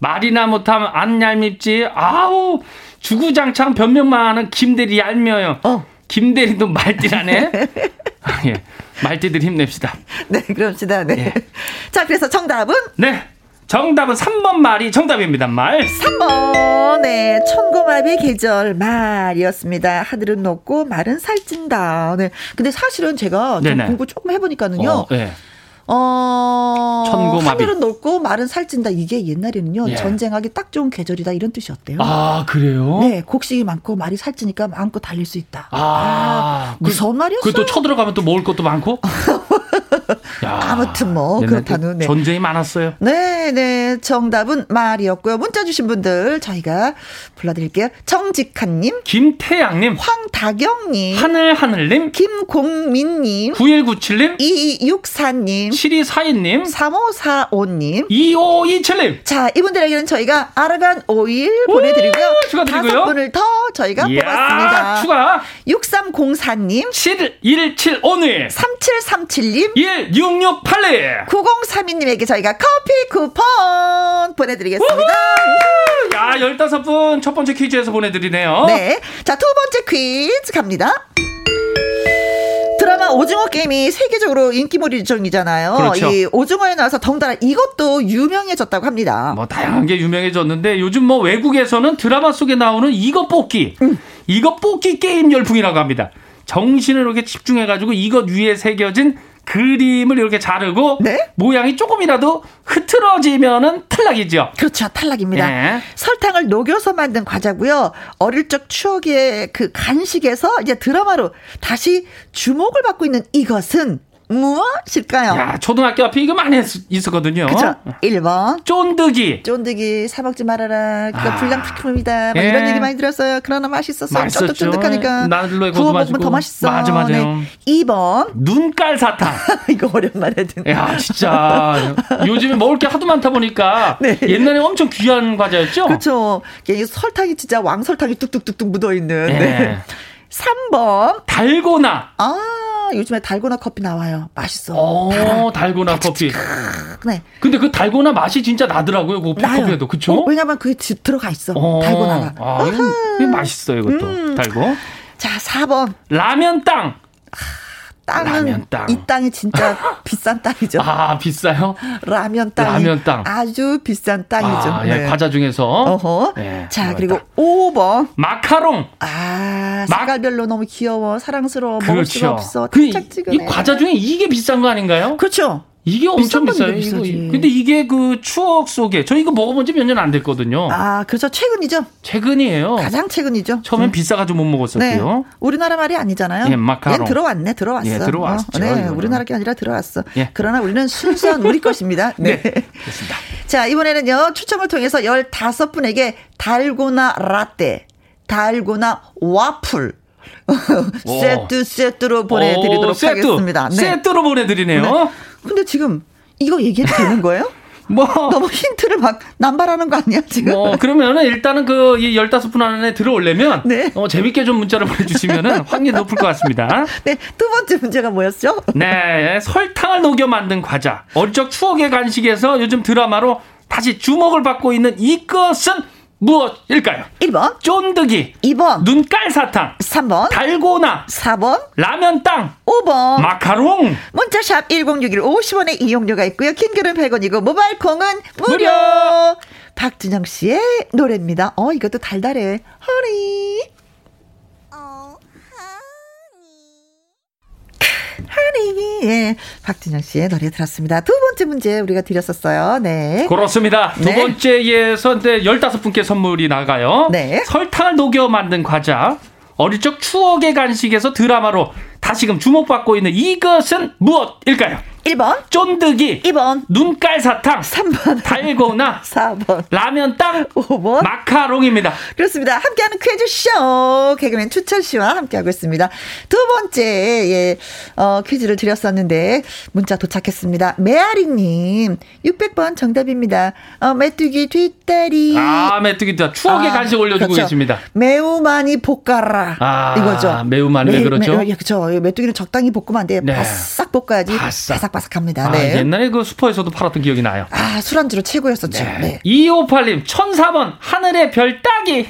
[SPEAKER 3] 말이나 못하면 안 얄밉지. 아우 주구장창 변명만 하는 김대리 얄미워요.
[SPEAKER 1] 어.
[SPEAKER 3] 김대리도 말띠라네. 아, 예. 말띠들 힘냅시다.
[SPEAKER 1] 네, 그럽시다. 네.
[SPEAKER 3] 예.
[SPEAKER 1] 자, 그래서 정답은
[SPEAKER 3] 네. 정답은 3번 말이 정답입니다. 말.
[SPEAKER 1] 3번. 네, 천고마비 계절 말이었습니다. 하늘은 높고 말은 살찐다. 네. 근데 사실은 제가 좀
[SPEAKER 3] 네네.
[SPEAKER 1] 공부 조금 해보니까는요. 어.
[SPEAKER 3] 예. 천고마비.
[SPEAKER 1] 하늘은 높고 말은 살찐다. 이게 옛날에는요.
[SPEAKER 3] 예.
[SPEAKER 1] 전쟁하기 딱 좋은 계절이다. 이런 뜻이었대요.
[SPEAKER 3] 아 그래요?
[SPEAKER 1] 네, 곡식이 많고 말이 살찌니까 마음껏 달릴 수 있다.
[SPEAKER 3] 아, 그-
[SPEAKER 1] 무서운 말이었어요.
[SPEAKER 3] 그또 쳐들어가면 또 먹을 것도 많고. 야,
[SPEAKER 1] 아무튼 뭐
[SPEAKER 3] 옛날에
[SPEAKER 1] 그렇다는, 네.
[SPEAKER 3] 전쟁이 많았어요.
[SPEAKER 1] 네, 네. 정답은 말이었고요. 문자 주신 분들 저희가 불러드릴게요. 정직한님,
[SPEAKER 3] 김태양님,
[SPEAKER 1] 황다경님,
[SPEAKER 3] 하늘하늘님,
[SPEAKER 1] 김공민님,
[SPEAKER 3] 9197님,
[SPEAKER 1] 2264님,
[SPEAKER 3] 7242님,
[SPEAKER 1] 3545님.
[SPEAKER 3] 2527님.
[SPEAKER 1] 자, 이분들에게는 저희가 아라간 오일 보내드리고요.
[SPEAKER 3] 오, 축하드리고요.
[SPEAKER 1] 다섯 분을 더 저희가 뽑았습니다.
[SPEAKER 3] 추가
[SPEAKER 1] 6304님,
[SPEAKER 3] 7175님,
[SPEAKER 1] 3737님,
[SPEAKER 3] 1668님.
[SPEAKER 1] 9032님에게 저희가 커피 쿠폰 보내드리겠습니다.
[SPEAKER 3] 야, 15분 첫 번째 퀴즈에서 보내드리네요.
[SPEAKER 1] 네. 자, 두 번째 퀴즈 갑니다. 드라마 오징어 게임이 세계적으로 인기몰이종이잖아요.
[SPEAKER 3] 그렇죠.
[SPEAKER 1] 이 오징어에 나와서 덩달아 이것도 유명해졌다고 합니다.
[SPEAKER 3] 뭐 다양한 게 유명해졌는데 요즘 뭐 외국에서는 드라마 속에 나오는 이것 뽑기
[SPEAKER 1] 음.
[SPEAKER 3] 이것 뽑기 게임 열풍이라고 합니다. 정신을 이렇게 집중해가지고 이것 위에 새겨진 그림을 이렇게 자르고
[SPEAKER 1] 네?
[SPEAKER 3] 모양이 조금이라도 흐트러지면은 탈락이죠.
[SPEAKER 1] 그렇죠. 탈락입니다.
[SPEAKER 3] 예.
[SPEAKER 1] 설탕을 녹여서 만든 과자고요. 어릴 적 추억의 그 간식에서 이제 드라마로 다시 주목을 받고 있는 이것은 무엇일까요?
[SPEAKER 3] 야 어? 초등학교 앞에 이거 많이 했- 있었거든요.
[SPEAKER 1] 어. 그렇죠. 1번
[SPEAKER 3] 쫀득이
[SPEAKER 1] 쫀득이 사 먹지 말아라. 그거
[SPEAKER 3] 아.
[SPEAKER 1] 불량식품이다. 막
[SPEAKER 3] 예.
[SPEAKER 1] 이런 얘기 많이 들었어요. 그러나 맛있었어.
[SPEAKER 3] 맛있었죠.
[SPEAKER 1] 쫀득쫀득하니까.
[SPEAKER 3] 나들로에
[SPEAKER 1] 구워
[SPEAKER 3] 구워도
[SPEAKER 1] 먹으면 더
[SPEAKER 3] 맛있고.
[SPEAKER 1] 맛있어.
[SPEAKER 3] 맞아, 맞아요.
[SPEAKER 1] 2번.
[SPEAKER 3] 눈깔 사탕.
[SPEAKER 1] 이거 오랜만에 듣네.
[SPEAKER 3] 야 진짜 요즘에 먹을 게 하도 많다 보니까
[SPEAKER 1] 네.
[SPEAKER 3] 옛날에 엄청 귀한 과자였죠.
[SPEAKER 1] 그렇죠. 이게 이 설탕이 진짜 왕설탕이 뚝뚝뚝뚝 묻어있는.
[SPEAKER 3] 예.
[SPEAKER 1] 네. 3번.
[SPEAKER 3] 달고나
[SPEAKER 1] 아, 요즘에 달고나 커피 나와요. 맛있어. 달아.
[SPEAKER 3] 어, 달고나 커피.
[SPEAKER 1] 네.
[SPEAKER 3] 근데 그 달고나 맛이 진짜 나더라고요. 그
[SPEAKER 1] 나요.
[SPEAKER 3] 커피에도 그쵸?
[SPEAKER 1] 어, 왜냐면 그게 지- 들어가 있어.
[SPEAKER 3] 어,
[SPEAKER 1] 달고나가. 음.
[SPEAKER 3] 아, 이거, 이거 맛있어요, 이것도. 달고.
[SPEAKER 1] 자, 4번.
[SPEAKER 3] 라면 땅.
[SPEAKER 1] 땅은
[SPEAKER 3] 라면 땅.
[SPEAKER 1] 이 땅이 진짜 비싼 땅이죠.
[SPEAKER 3] 아, 비싸요?
[SPEAKER 1] 라면 땅이
[SPEAKER 3] 라면 땅.
[SPEAKER 1] 아주 비싼 땅이죠.
[SPEAKER 3] 아, 예,
[SPEAKER 1] 네.
[SPEAKER 3] 과자 중에서.
[SPEAKER 1] 어허.
[SPEAKER 3] 예,
[SPEAKER 1] 자,
[SPEAKER 3] 라면
[SPEAKER 1] 그리고
[SPEAKER 3] 땅.
[SPEAKER 1] 5번.
[SPEAKER 3] 마카롱.
[SPEAKER 1] 아,
[SPEAKER 3] 막-
[SPEAKER 1] 색깔별로 너무 귀여워. 사랑스러워. 먹을 수가
[SPEAKER 3] 그렇죠.
[SPEAKER 1] 없어.
[SPEAKER 3] 그,
[SPEAKER 1] 탁착지근해.
[SPEAKER 3] 이 과자 중에 이게 비싼 거 아닌가요?
[SPEAKER 1] 그렇죠.
[SPEAKER 3] 이게
[SPEAKER 1] 비싼
[SPEAKER 3] 엄청 비싸요.
[SPEAKER 1] 건
[SPEAKER 3] 이거.
[SPEAKER 1] 비싸지.
[SPEAKER 3] 근데 이게 그 추억 속에 저 이거 먹어본 지 몇 년 안 됐거든요.
[SPEAKER 1] 아, 그렇죠. 최근이죠.
[SPEAKER 3] 최근이에요.
[SPEAKER 1] 가장 최근이죠.
[SPEAKER 3] 처음엔
[SPEAKER 1] 음.
[SPEAKER 3] 비싸가지고 못
[SPEAKER 1] 네.
[SPEAKER 3] 먹었었고요.
[SPEAKER 1] 우리나라 말이 아니잖아요.
[SPEAKER 3] 예, 마카롱.
[SPEAKER 1] 얘는 들어왔네, 들어왔어.
[SPEAKER 3] 예, 들어왔죠,
[SPEAKER 1] 어, 네,
[SPEAKER 3] 이거는.
[SPEAKER 1] 우리나라 게 아니라 들어왔어.
[SPEAKER 3] 예.
[SPEAKER 1] 그러나 우리는 순수한 우리 것입니다. 네.
[SPEAKER 3] 그렇습니다.
[SPEAKER 1] 자, 이번에는요, 추첨을 통해서 15분에게 달고나 라떼, 달고나 와플,
[SPEAKER 3] 오.
[SPEAKER 1] 세트, 세트로 보내드리도록
[SPEAKER 3] 오, 어, 세트.
[SPEAKER 1] 하겠습니다. 네.
[SPEAKER 3] 세트로 보내드리네요.
[SPEAKER 1] 네. 근데 지금 이거 얘기해도 되는 거예요?
[SPEAKER 3] 뭐
[SPEAKER 1] 너무 힌트를 막 남발하는 거 아니야, 지금?
[SPEAKER 3] 뭐 그러면은 일단은 그이 15분 안에 들어오려면
[SPEAKER 1] 네.
[SPEAKER 3] 어 재밌게 좀 문자를 보내 주시면은 확률이 높을 것 같습니다.
[SPEAKER 1] 네, 두 번째 문제가 뭐였죠?
[SPEAKER 3] 네, 설탕을 녹여 만든 과자. 어릴 추억의 간식에서 요즘 드라마로 다시 주목을 받고 있는 이것은 무엇일까요?
[SPEAKER 1] 1번,
[SPEAKER 3] 쫀득이,
[SPEAKER 1] 2번,
[SPEAKER 3] 눈깔 사탕,
[SPEAKER 1] 3번,
[SPEAKER 3] 달고나,
[SPEAKER 1] 4번,
[SPEAKER 3] 라면 땅,
[SPEAKER 1] 5번.
[SPEAKER 3] 마카롱.
[SPEAKER 1] 문자샵 1061 50원의 이용료가 있고요. 킹글은 100원이고 모바일 콩은 무료.
[SPEAKER 3] 무료.
[SPEAKER 1] 박진영 씨의 노래입니다. 어 이것도 달달해. 허니. 허니. 예. 박진영 씨의 노래 들었습니다. 두 번째 문제 우리가 드렸었어요. 네.
[SPEAKER 3] 그렇습니다. 두
[SPEAKER 1] 네.
[SPEAKER 3] 번째 예선 때 15분께 선물이 나가요.
[SPEAKER 1] 네.
[SPEAKER 3] 설탕을 녹여 만든 과자. 어릴 적 추억의 간식에서 드라마로 다시금 주목받고 있는 이것은 무엇일까요?
[SPEAKER 1] 1번,
[SPEAKER 3] 쫀득이,
[SPEAKER 1] 2번,
[SPEAKER 3] 눈깔 사탕,
[SPEAKER 1] 3번,
[SPEAKER 3] 달고나,
[SPEAKER 1] 4번,
[SPEAKER 3] 라면 땅,
[SPEAKER 1] 5번.
[SPEAKER 3] 마카롱입니다.
[SPEAKER 1] 그렇습니다. 함께하는 퀴즈쇼 개그맨 추철 씨와 함께하고 있습니다. 두 번째 예, 어, 퀴즈를 드렸었는데 문자 도착했습니다. 메아리님 600번 정답입니다. 어, 메뚜기 뒷다리
[SPEAKER 3] 아, 메뚜기다. 추억의
[SPEAKER 1] 아,
[SPEAKER 3] 간식 올려주고
[SPEAKER 1] 그렇죠.
[SPEAKER 3] 계십니다.
[SPEAKER 1] 매우 많이 볶아라
[SPEAKER 3] 아,
[SPEAKER 1] 이거죠.
[SPEAKER 3] 매우 많이 왜 그렇죠?
[SPEAKER 1] 매, 예, 그렇죠. 예, 메뚜기는 적당히 볶으면 안 돼요.
[SPEAKER 3] 네.
[SPEAKER 1] 바싹 볶아야지
[SPEAKER 3] 바싹.
[SPEAKER 1] 바삭바삭합니다.
[SPEAKER 3] 아,
[SPEAKER 1] 네.
[SPEAKER 3] 옛날에 그 슈퍼에서도 팔았던 기억이 나요.
[SPEAKER 1] 아 술안주로 최고였었죠. 네.
[SPEAKER 3] 258님, 1004번, 하늘의 별 따기.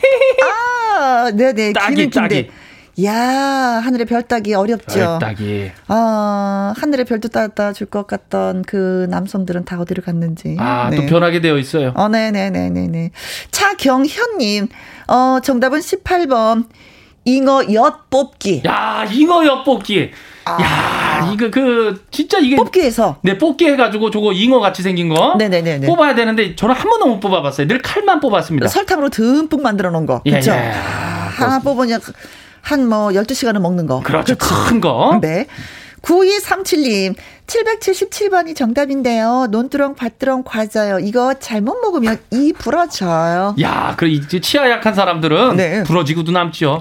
[SPEAKER 1] 아, 네네.
[SPEAKER 3] 따기,
[SPEAKER 1] 귀는 긴데.
[SPEAKER 3] 따기.
[SPEAKER 1] 야, 하늘의 별 따기 어렵죠.
[SPEAKER 3] 별 따기.
[SPEAKER 1] 아, 하늘의 별도 따다 줄 것 같던 그 남성들은 다 어디로 갔는지.
[SPEAKER 3] 아,
[SPEAKER 1] 네.
[SPEAKER 3] 또 변하게 되어 있어요.
[SPEAKER 1] 어, 네네네네네. 차경현님, 어, 정답은 18번. 잉어 엿 뽑기.
[SPEAKER 3] 야, 잉어 엿뽑기. 야, 이거 그 진짜 이게
[SPEAKER 1] 아. 뽑기에서.
[SPEAKER 3] 네, 뽑기 해가지고 저거 잉어 같이 생긴 거
[SPEAKER 1] 네네네네.
[SPEAKER 3] 뽑아야 되는데 저는 한 번도 못 뽑아봤어요. 늘 칼만 뽑았습니다.
[SPEAKER 1] 설탕으로 듬뿍 만들어 놓은 거.
[SPEAKER 3] 예,
[SPEAKER 1] 그쵸?
[SPEAKER 3] 예.
[SPEAKER 1] 아, 하나 뽑으면 한뭐 12시간은 먹는 거.
[SPEAKER 3] 그렇죠,
[SPEAKER 1] 그렇지.
[SPEAKER 3] 큰 거.
[SPEAKER 1] 네. 9237님, 777번이 정답인데요. 논두렁, 밭두렁, 과자요. 이거 잘못 먹으면 이 부러져요.
[SPEAKER 3] 야, 그 이제 치아 약한 사람들은
[SPEAKER 1] 네.
[SPEAKER 3] 부러지고도 남죠.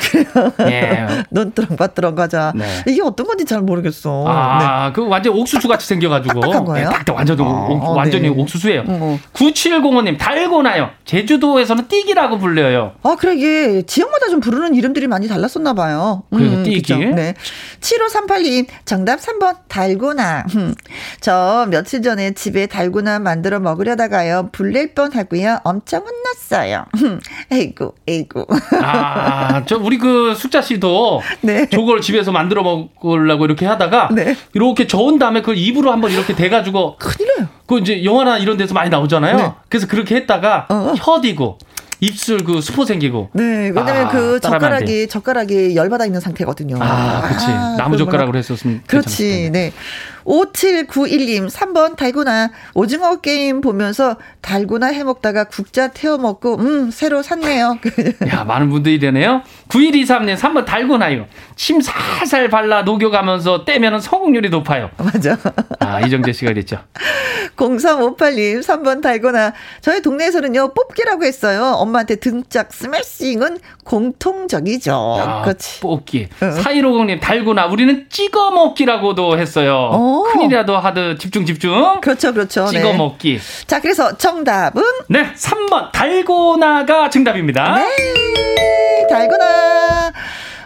[SPEAKER 3] 예.
[SPEAKER 1] 논두렁, 밭두렁, 과자.
[SPEAKER 3] 네.
[SPEAKER 1] 이게 어떤 건지 잘 모르겠어. 네.
[SPEAKER 3] 아, 그 완전 옥수수 같이 생겨가지고.
[SPEAKER 1] 딱딱한 거예요?
[SPEAKER 3] 네, 딱딱 완전,
[SPEAKER 1] 아,
[SPEAKER 3] 옥,
[SPEAKER 1] 네.
[SPEAKER 3] 완전히 옥수수예요.
[SPEAKER 1] 응, 응.
[SPEAKER 3] 9705님, 달고나요. 제주도에서는 띠기라고 불려요.
[SPEAKER 1] 아, 그래, 이게 지역마다 좀 부르는 이름들이 많이 달랐었나 봐요.
[SPEAKER 3] 그래요, 띠기.
[SPEAKER 1] 그쵸. 네. 75382님, 정답 3번, 달고나. 음. 저 며칠 전에 집에 달고나 만들어 먹으려다가요, 불낼 뻔 하고요, 엄청 혼났어요. 음. 에이구, 에이구.
[SPEAKER 3] 아, 저 우리 그 숙자 씨도
[SPEAKER 1] 네.
[SPEAKER 3] 저걸 집에서 만들어 먹으려고 이렇게 하다가
[SPEAKER 1] 네.
[SPEAKER 3] 이렇게 저은 다음에 그걸 입으로 한번 이렇게 대가지고
[SPEAKER 1] 큰일 나요.
[SPEAKER 3] 그 이제 영화나 이런 데서 많이 나오잖아요.
[SPEAKER 1] 네.
[SPEAKER 3] 그래서 그렇게 했다가
[SPEAKER 1] 어.
[SPEAKER 3] 혀디고 입술 그 수포 생기고.
[SPEAKER 1] 네, 왜냐면
[SPEAKER 3] 아,
[SPEAKER 1] 그
[SPEAKER 3] 따라하면 안
[SPEAKER 1] 젓가락이 젓가락이 열받아 있는 상태거든요.
[SPEAKER 3] 아, 그렇지. 나무 젓가락으로
[SPEAKER 1] 그러면은-
[SPEAKER 3] 했었으면 괜찮았을 텐데.
[SPEAKER 1] 그렇지. 네. 5791님 3번 달고나 오징어 게임 보면서 달고나 해 먹다가 국자 태워 먹고 음, 새로 샀네요.
[SPEAKER 3] 야, 많은 분들이 되네요. 9123님, 3번 달고나요. 침 살살 발라 녹여가면서 떼면 성공률이 높아요.
[SPEAKER 1] 맞아.
[SPEAKER 3] 아, 이정재 씨가 그랬죠.
[SPEAKER 1] 0358님 3번 달고나 저희 동네에서는요. 뽑기라고 했어요. 엄마한테 등짝 스매싱은 공통적이죠.
[SPEAKER 3] 아,
[SPEAKER 1] 어, 그렇지.
[SPEAKER 3] 뽑기. 4150님, 달고나. 우리는 찍어 먹기라고도 했어요.
[SPEAKER 1] 오.
[SPEAKER 3] 큰일이라도 하듯 집중, 집중.
[SPEAKER 1] 그렇죠. 그렇죠.
[SPEAKER 3] 찍어
[SPEAKER 1] 네.
[SPEAKER 3] 먹기.
[SPEAKER 1] 자, 그래서 정답은
[SPEAKER 3] 네, 3번 달고나가 정답입니다.
[SPEAKER 1] 네, 달구나.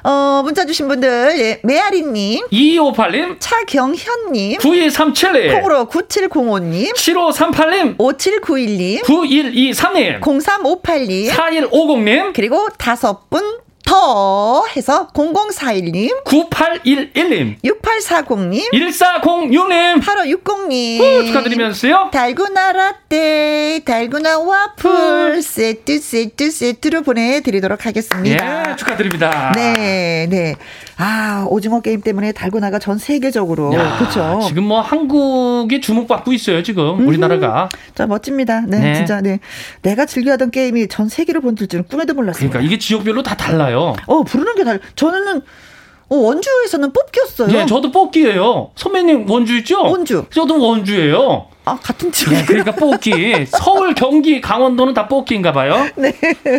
[SPEAKER 1] 어, 문자 주신 분들, 예, 메아리님,
[SPEAKER 3] 2258님,
[SPEAKER 1] 차경현님,
[SPEAKER 3] 9137님,
[SPEAKER 1] 콩으로 9705님,
[SPEAKER 3] 7538님,
[SPEAKER 1] 5791님,
[SPEAKER 3] 9123님,
[SPEAKER 1] 0358님,
[SPEAKER 3] 4150님,
[SPEAKER 1] 그리고 다섯 분 더 해서 0041님,
[SPEAKER 3] 9811님,
[SPEAKER 1] 6840님,
[SPEAKER 3] 1406님.
[SPEAKER 1] 8560님.
[SPEAKER 3] 축하드리면서요.
[SPEAKER 1] 달구나 라떼, 달구나 와플, 세트, 세트, 세트로 보내드리도록 하겠습니다.
[SPEAKER 3] 예, 축하드립니다.
[SPEAKER 1] 네, 네. 아, 오징어 게임 때문에 달고나가 전 세계적으로.
[SPEAKER 3] 야,
[SPEAKER 1] 그렇죠.
[SPEAKER 3] 지금 뭐 한국이 주목받고 있어요, 지금.
[SPEAKER 1] 음.
[SPEAKER 3] 우리나라가.
[SPEAKER 1] 자, 멋집니다. 네,
[SPEAKER 3] 네.
[SPEAKER 1] 진짜 네. 내가 즐겨하던 게임이 전 세계를 번질 줄은 꿈에도 몰랐어요.
[SPEAKER 3] 그러니까 이게 지역별로 다 달라요.
[SPEAKER 1] 어, 부르는 게 달. 저는 어, 원주에서는 뽑기였어요.
[SPEAKER 3] 예, 저도 뽑기예요. 선배님 원주 있죠?
[SPEAKER 1] 원주.
[SPEAKER 3] 저도 원주예요.
[SPEAKER 1] 아, 같은 지역.
[SPEAKER 3] 예, 그러니까 뽑기. 서울, 경기, 강원도는 다 뽑기인가 봐요.
[SPEAKER 1] 네.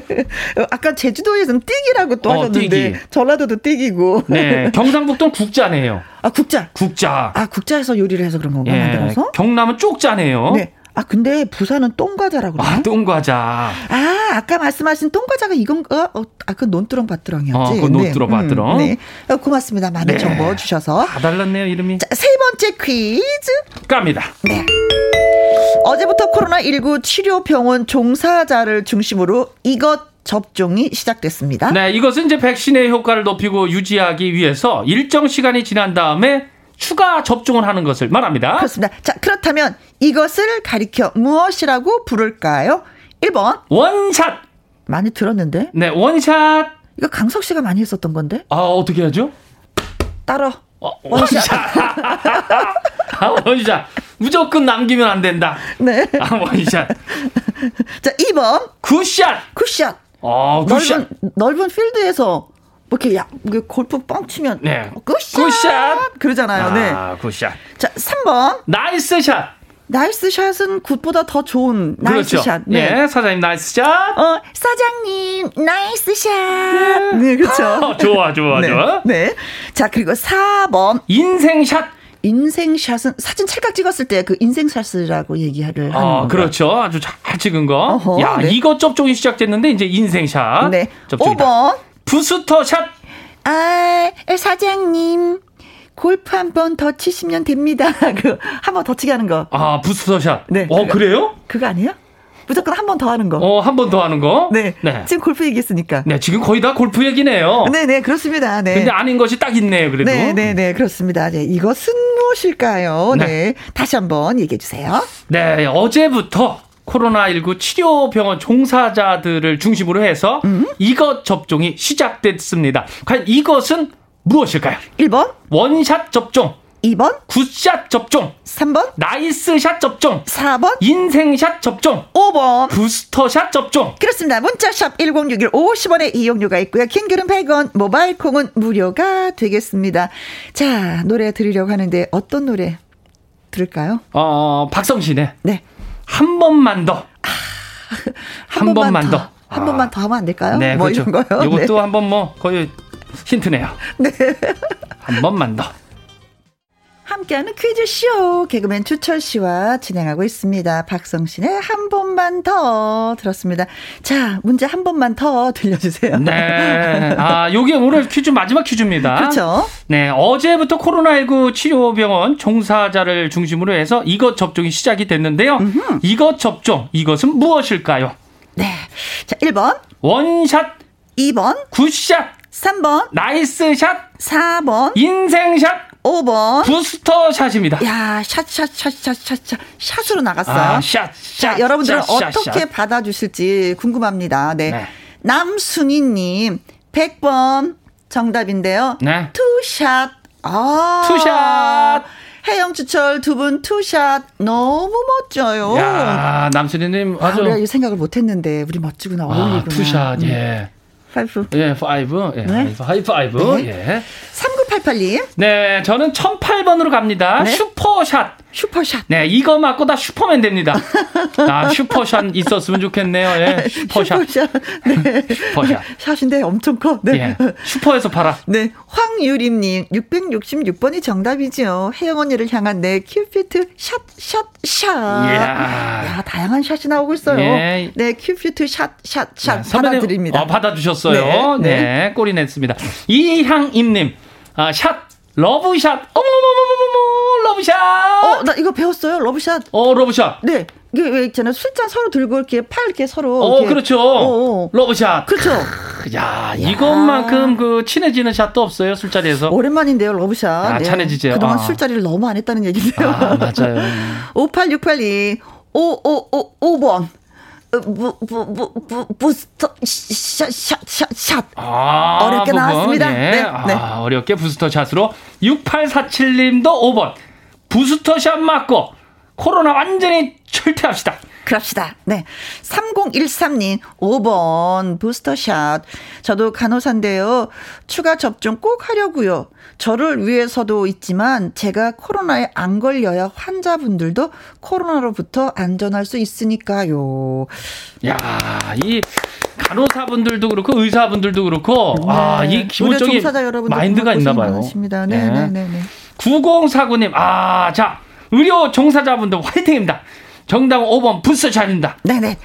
[SPEAKER 1] 아까 제주도에서는 띠기라고 또
[SPEAKER 3] 어,
[SPEAKER 1] 하셨는데
[SPEAKER 3] 띠기.
[SPEAKER 1] 전라도도 띠기고.
[SPEAKER 3] 네, 경상북도는 국자네요.
[SPEAKER 1] 아, 국자.
[SPEAKER 3] 국자.
[SPEAKER 1] 아, 국자에서 요리를 해서 그런 건가
[SPEAKER 3] 예,
[SPEAKER 1] 뭐 만들어서?
[SPEAKER 3] 경남은 쪽자네요.
[SPEAKER 1] 네. 아, 근데 부산은 똥과자라고 그래요?
[SPEAKER 3] 아, 똥과자.
[SPEAKER 1] 아, 아까 말씀하신 똥과자가 이건가? 어, 아, 그 논두렁 밭두렁이었지.
[SPEAKER 3] 어, 그 논두렁, 밭두렁.
[SPEAKER 1] 네. 어, 고맙습니다. 많은
[SPEAKER 3] 네.
[SPEAKER 1] 정보 주셔서.
[SPEAKER 3] 다 달랐네요, 이름이.
[SPEAKER 1] 자, 세 번째 퀴즈.
[SPEAKER 3] 갑니다.
[SPEAKER 1] 어제부터 코로나19 치료 병원 종사자를 중심으로 이것 접종이 시작됐습니다.
[SPEAKER 3] 네, 이것은 이제 백신의 효과를 높이고 유지하기 위해서 일정 시간이 지난 다음에 추가 접종을 하는 것을 말합니다.
[SPEAKER 1] 그렇습니다. 자, 그렇다면 이것을 가리켜 무엇이라고 부를까요? 1번.
[SPEAKER 3] 원샷.
[SPEAKER 1] 많이 들었는데.
[SPEAKER 3] 네, 원샷.
[SPEAKER 1] 이거 강석 씨가 많이 했었던 건데.
[SPEAKER 3] 아, 어떻게 하죠?
[SPEAKER 1] 따라.
[SPEAKER 3] 어, 원샷. 아, 원샷. 무조건 남기면 안 된다.
[SPEAKER 1] 네.
[SPEAKER 3] 아, 원샷.
[SPEAKER 1] 자, 2번.
[SPEAKER 3] 굿샷.
[SPEAKER 1] 굿샷.
[SPEAKER 3] 어, 굿샷.
[SPEAKER 1] 넓은 넓은 필드에서 뭐 이렇게 야, 그 골프 뻥 치면 어,
[SPEAKER 3] 네.
[SPEAKER 1] 굿샷!
[SPEAKER 3] 굿샷!
[SPEAKER 1] 그러잖아요. 네.
[SPEAKER 3] 아, 굿샷.
[SPEAKER 1] 자, 3번.
[SPEAKER 3] 나이스 샷.
[SPEAKER 1] 나이스 샷은 굿보다 더 좋은 나이스
[SPEAKER 3] 그렇죠.
[SPEAKER 1] 샷. 네.
[SPEAKER 3] 예, 사장님 나이스 샷.
[SPEAKER 1] 어, 사장님 나이스 샷. 네, 그렇죠.
[SPEAKER 3] 어, 좋아, 좋아,
[SPEAKER 1] 네.
[SPEAKER 3] 좋아.
[SPEAKER 1] 네. 자, 그리고 4번.
[SPEAKER 3] 인생 샷.
[SPEAKER 1] 인생샷은 사진 찰칵 찍었을 때 그 인생샷이라고 얘기를 하는
[SPEAKER 3] 어,
[SPEAKER 1] 건가요?
[SPEAKER 3] 그렇죠. 아주 잘 찍은 거.
[SPEAKER 1] 음. 어허,
[SPEAKER 3] 야,
[SPEAKER 1] 네.
[SPEAKER 3] 이거 접종이 시작됐는데 이제 인생 샷.
[SPEAKER 1] 네.
[SPEAKER 3] 접종이다.
[SPEAKER 1] 5번.
[SPEAKER 3] 부스터 샷.
[SPEAKER 1] 아, 사장님. 골프 한 번 더 치시면 됩니다. 그, 한 번 더 치게 하는 거.
[SPEAKER 3] 아, 부스터 샷.
[SPEAKER 1] 네.
[SPEAKER 3] 어, 그래요?
[SPEAKER 1] 그거 아니에요? 무조건 한 번 더 하는 거.
[SPEAKER 3] 어, 한 번 더 하는 거.
[SPEAKER 1] 네.
[SPEAKER 3] 네.
[SPEAKER 1] 지금 골프 얘기했으니까.
[SPEAKER 3] 네, 지금 거의 다 골프 얘기네요.
[SPEAKER 1] 네, 네, 그렇습니다. 네.
[SPEAKER 3] 근데 아닌 것이 딱 있네요, 그래도.
[SPEAKER 1] 네, 네, 네, 그렇습니다. 네, 이것은 무엇일까요? 네. 다시 한번 얘기해 주세요.
[SPEAKER 3] 네, 어제부터 코로나19 치료 병원 종사자들을 중심으로 해서
[SPEAKER 1] 음?
[SPEAKER 3] 이것 접종이 시작됐습니다. 과연 이것은 무엇일까요?
[SPEAKER 1] 1번,
[SPEAKER 3] 원샷 접종,
[SPEAKER 1] 2번,
[SPEAKER 3] 굿샷 접종,
[SPEAKER 1] 3번,
[SPEAKER 3] 나이스샷 접종,
[SPEAKER 1] 4번,
[SPEAKER 3] 인생샷 접종,
[SPEAKER 1] 5번.
[SPEAKER 3] 부스터샷 접종.
[SPEAKER 1] 그렇습니다. 문자샵 1061 50원의 이용료가 있고요. 킹글은 100원, 모바일 콩은 무료가 되겠습니다. 자, 노래 들으려고 하는데 어떤 노래 들을까요?
[SPEAKER 3] 어, 박성신의
[SPEAKER 1] 네.
[SPEAKER 3] 한 번만 더. 한 번만 더.
[SPEAKER 1] 한
[SPEAKER 3] 아.
[SPEAKER 1] 번만 더 하면 안 될까요?
[SPEAKER 3] 네,
[SPEAKER 1] 뭐
[SPEAKER 3] 그렇죠.
[SPEAKER 1] 이런 거요.
[SPEAKER 3] 이것도 한 번 뭐 거의 힌트네요.
[SPEAKER 1] 네. 네.
[SPEAKER 3] 한 번만 더.
[SPEAKER 1] 함께하는 퀴즈쇼 개그맨 추철 씨와 진행하고 있습니다. 박성신의 한 번만 더 들었습니다. 자, 문제 한 번만 더 들려주세요.
[SPEAKER 3] 네. 아, 요게 오늘 퀴즈 마지막 퀴즈입니다.
[SPEAKER 1] 그렇죠.
[SPEAKER 3] 네, 어제부터 코로나19 치료병원 종사자를 중심으로 해서 이것 접종이 시작이 됐는데요. 이것 접종, 이것은 무엇일까요?
[SPEAKER 1] 네. 자, 1번,
[SPEAKER 3] 원샷,
[SPEAKER 1] 2번,
[SPEAKER 3] 굿샷,
[SPEAKER 1] 3번,
[SPEAKER 3] 나이스샷,
[SPEAKER 1] 4번,
[SPEAKER 3] 인생샷,
[SPEAKER 1] 5번.
[SPEAKER 3] 부스터샷입니다.
[SPEAKER 1] 야, 샷샷샷샷샷샷 샷으로 나갔어요.
[SPEAKER 3] 아, 샷, 샷.
[SPEAKER 1] 자, 여러분들은
[SPEAKER 3] 샷, 샷,
[SPEAKER 1] 어떻게
[SPEAKER 3] 샷.
[SPEAKER 1] 받아주실지 궁금합니다. 네.
[SPEAKER 3] 네.
[SPEAKER 1] 남순이님, 100번 정답인데요.
[SPEAKER 3] 네.
[SPEAKER 1] 투샷. 아.
[SPEAKER 3] 투샷.
[SPEAKER 1] 해영 추철 두 분 투샷. 너무 멋져요.
[SPEAKER 3] 야, 남순이님
[SPEAKER 1] 아, 우리가
[SPEAKER 3] 아주.
[SPEAKER 1] 이 생각을 못 했는데, 우리 멋지구나.
[SPEAKER 3] 아,
[SPEAKER 1] 어울리구나.
[SPEAKER 3] 투샷,
[SPEAKER 1] 음,
[SPEAKER 3] 예.
[SPEAKER 1] 파이프.
[SPEAKER 3] 예, 파이브. 예,
[SPEAKER 1] 네.
[SPEAKER 3] 하이파이브. 하이파이브.
[SPEAKER 1] 네.
[SPEAKER 3] 예.
[SPEAKER 1] 3988님,
[SPEAKER 3] 네, 저는 1008번으로 갑니다.
[SPEAKER 1] 네.
[SPEAKER 3] 슈퍼샷.
[SPEAKER 1] 슈퍼샷.
[SPEAKER 3] 네, 이거 맞고 다 슈퍼맨 됩니다. 아, 슈퍼샷 있었으면 좋겠네요. 예, 슈퍼샷.
[SPEAKER 1] 슈퍼샷. 네.
[SPEAKER 3] 슈퍼샷.
[SPEAKER 1] 샷인데 엄청 커. 네.
[SPEAKER 3] 예, 슈퍼에서 팔아.
[SPEAKER 1] 네, 황유림님 666번이 정답이죠. 혜영 언니를 향한 내 큐피트 샷, 샷, 샷.
[SPEAKER 3] 이야.
[SPEAKER 1] 야, 다양한 샷이 나오고 있어요.
[SPEAKER 3] 예.
[SPEAKER 1] 네, 큐피트 샷, 샷, 샷
[SPEAKER 3] 선배님,
[SPEAKER 1] 받아드립니다.
[SPEAKER 3] 어,
[SPEAKER 1] 네,
[SPEAKER 3] 받아주셨어요. 네,
[SPEAKER 1] 네.
[SPEAKER 3] 꼬리 냈습니다. 이향임님, 아, 샷, 러브샷. 어머머머머머머, 러브샷.
[SPEAKER 1] 어, 나 이거 배웠어요. 러브샷.
[SPEAKER 3] 어, 러브샷.
[SPEAKER 1] 네, 이게 왜 있잖아요. 술잔 서로 들고 이렇게 팔 이렇게 서로.
[SPEAKER 3] 어,
[SPEAKER 1] 이렇게.
[SPEAKER 3] 그렇죠. 아.
[SPEAKER 1] 어, 어.
[SPEAKER 3] 러브샷.
[SPEAKER 1] 그렇죠.
[SPEAKER 3] 야, 이것만큼 그 친해지는 샷도 없어요, 술자리에서.
[SPEAKER 1] 오랜만인데요, 러브샷. 네.
[SPEAKER 3] 아, 찬해지죠.
[SPEAKER 1] 그동안
[SPEAKER 3] 아.
[SPEAKER 1] 술자리를 너무 안 했다는 얘기인데요.
[SPEAKER 3] 아, 맞아요.
[SPEAKER 1] 58682 5555번 어, 부부부부부스터 샷샷샷샷
[SPEAKER 3] 아,
[SPEAKER 1] 어렵게
[SPEAKER 3] 부분.
[SPEAKER 1] 나왔습니다.
[SPEAKER 3] 예.
[SPEAKER 1] 네,
[SPEAKER 3] 아,
[SPEAKER 1] 네.
[SPEAKER 3] 어렵게 부스터 샷으로 6847님도 5번. 부스터 샷 맞고 코로나 완전히 철퇴합시다.
[SPEAKER 1] 그럽시다. 네. 3013님 5번 부스터샷. 저도 간호사인데요. 추가 접종 꼭 하려고요. 저를 위해서도 있지만 제가 코로나에 안 걸려야 환자분들도 코로나로부터 안전할 수 있으니까요.
[SPEAKER 3] 야, 이 간호사분들도 그렇고 의사분들도 그렇고 아,
[SPEAKER 1] 네.
[SPEAKER 3] 이
[SPEAKER 1] 의료
[SPEAKER 3] 기본적인
[SPEAKER 1] 종사자 여러분들
[SPEAKER 3] 마인드가
[SPEAKER 1] 정말
[SPEAKER 3] 있나
[SPEAKER 1] 고생이
[SPEAKER 3] 봐요.
[SPEAKER 1] 많으십니다. 네, 네, 네, 네.
[SPEAKER 3] 9049님. 아, 자. 의료 종사자분들 화이팅입니다. 정답은 5번 부스터 샷입니다.
[SPEAKER 1] 네네.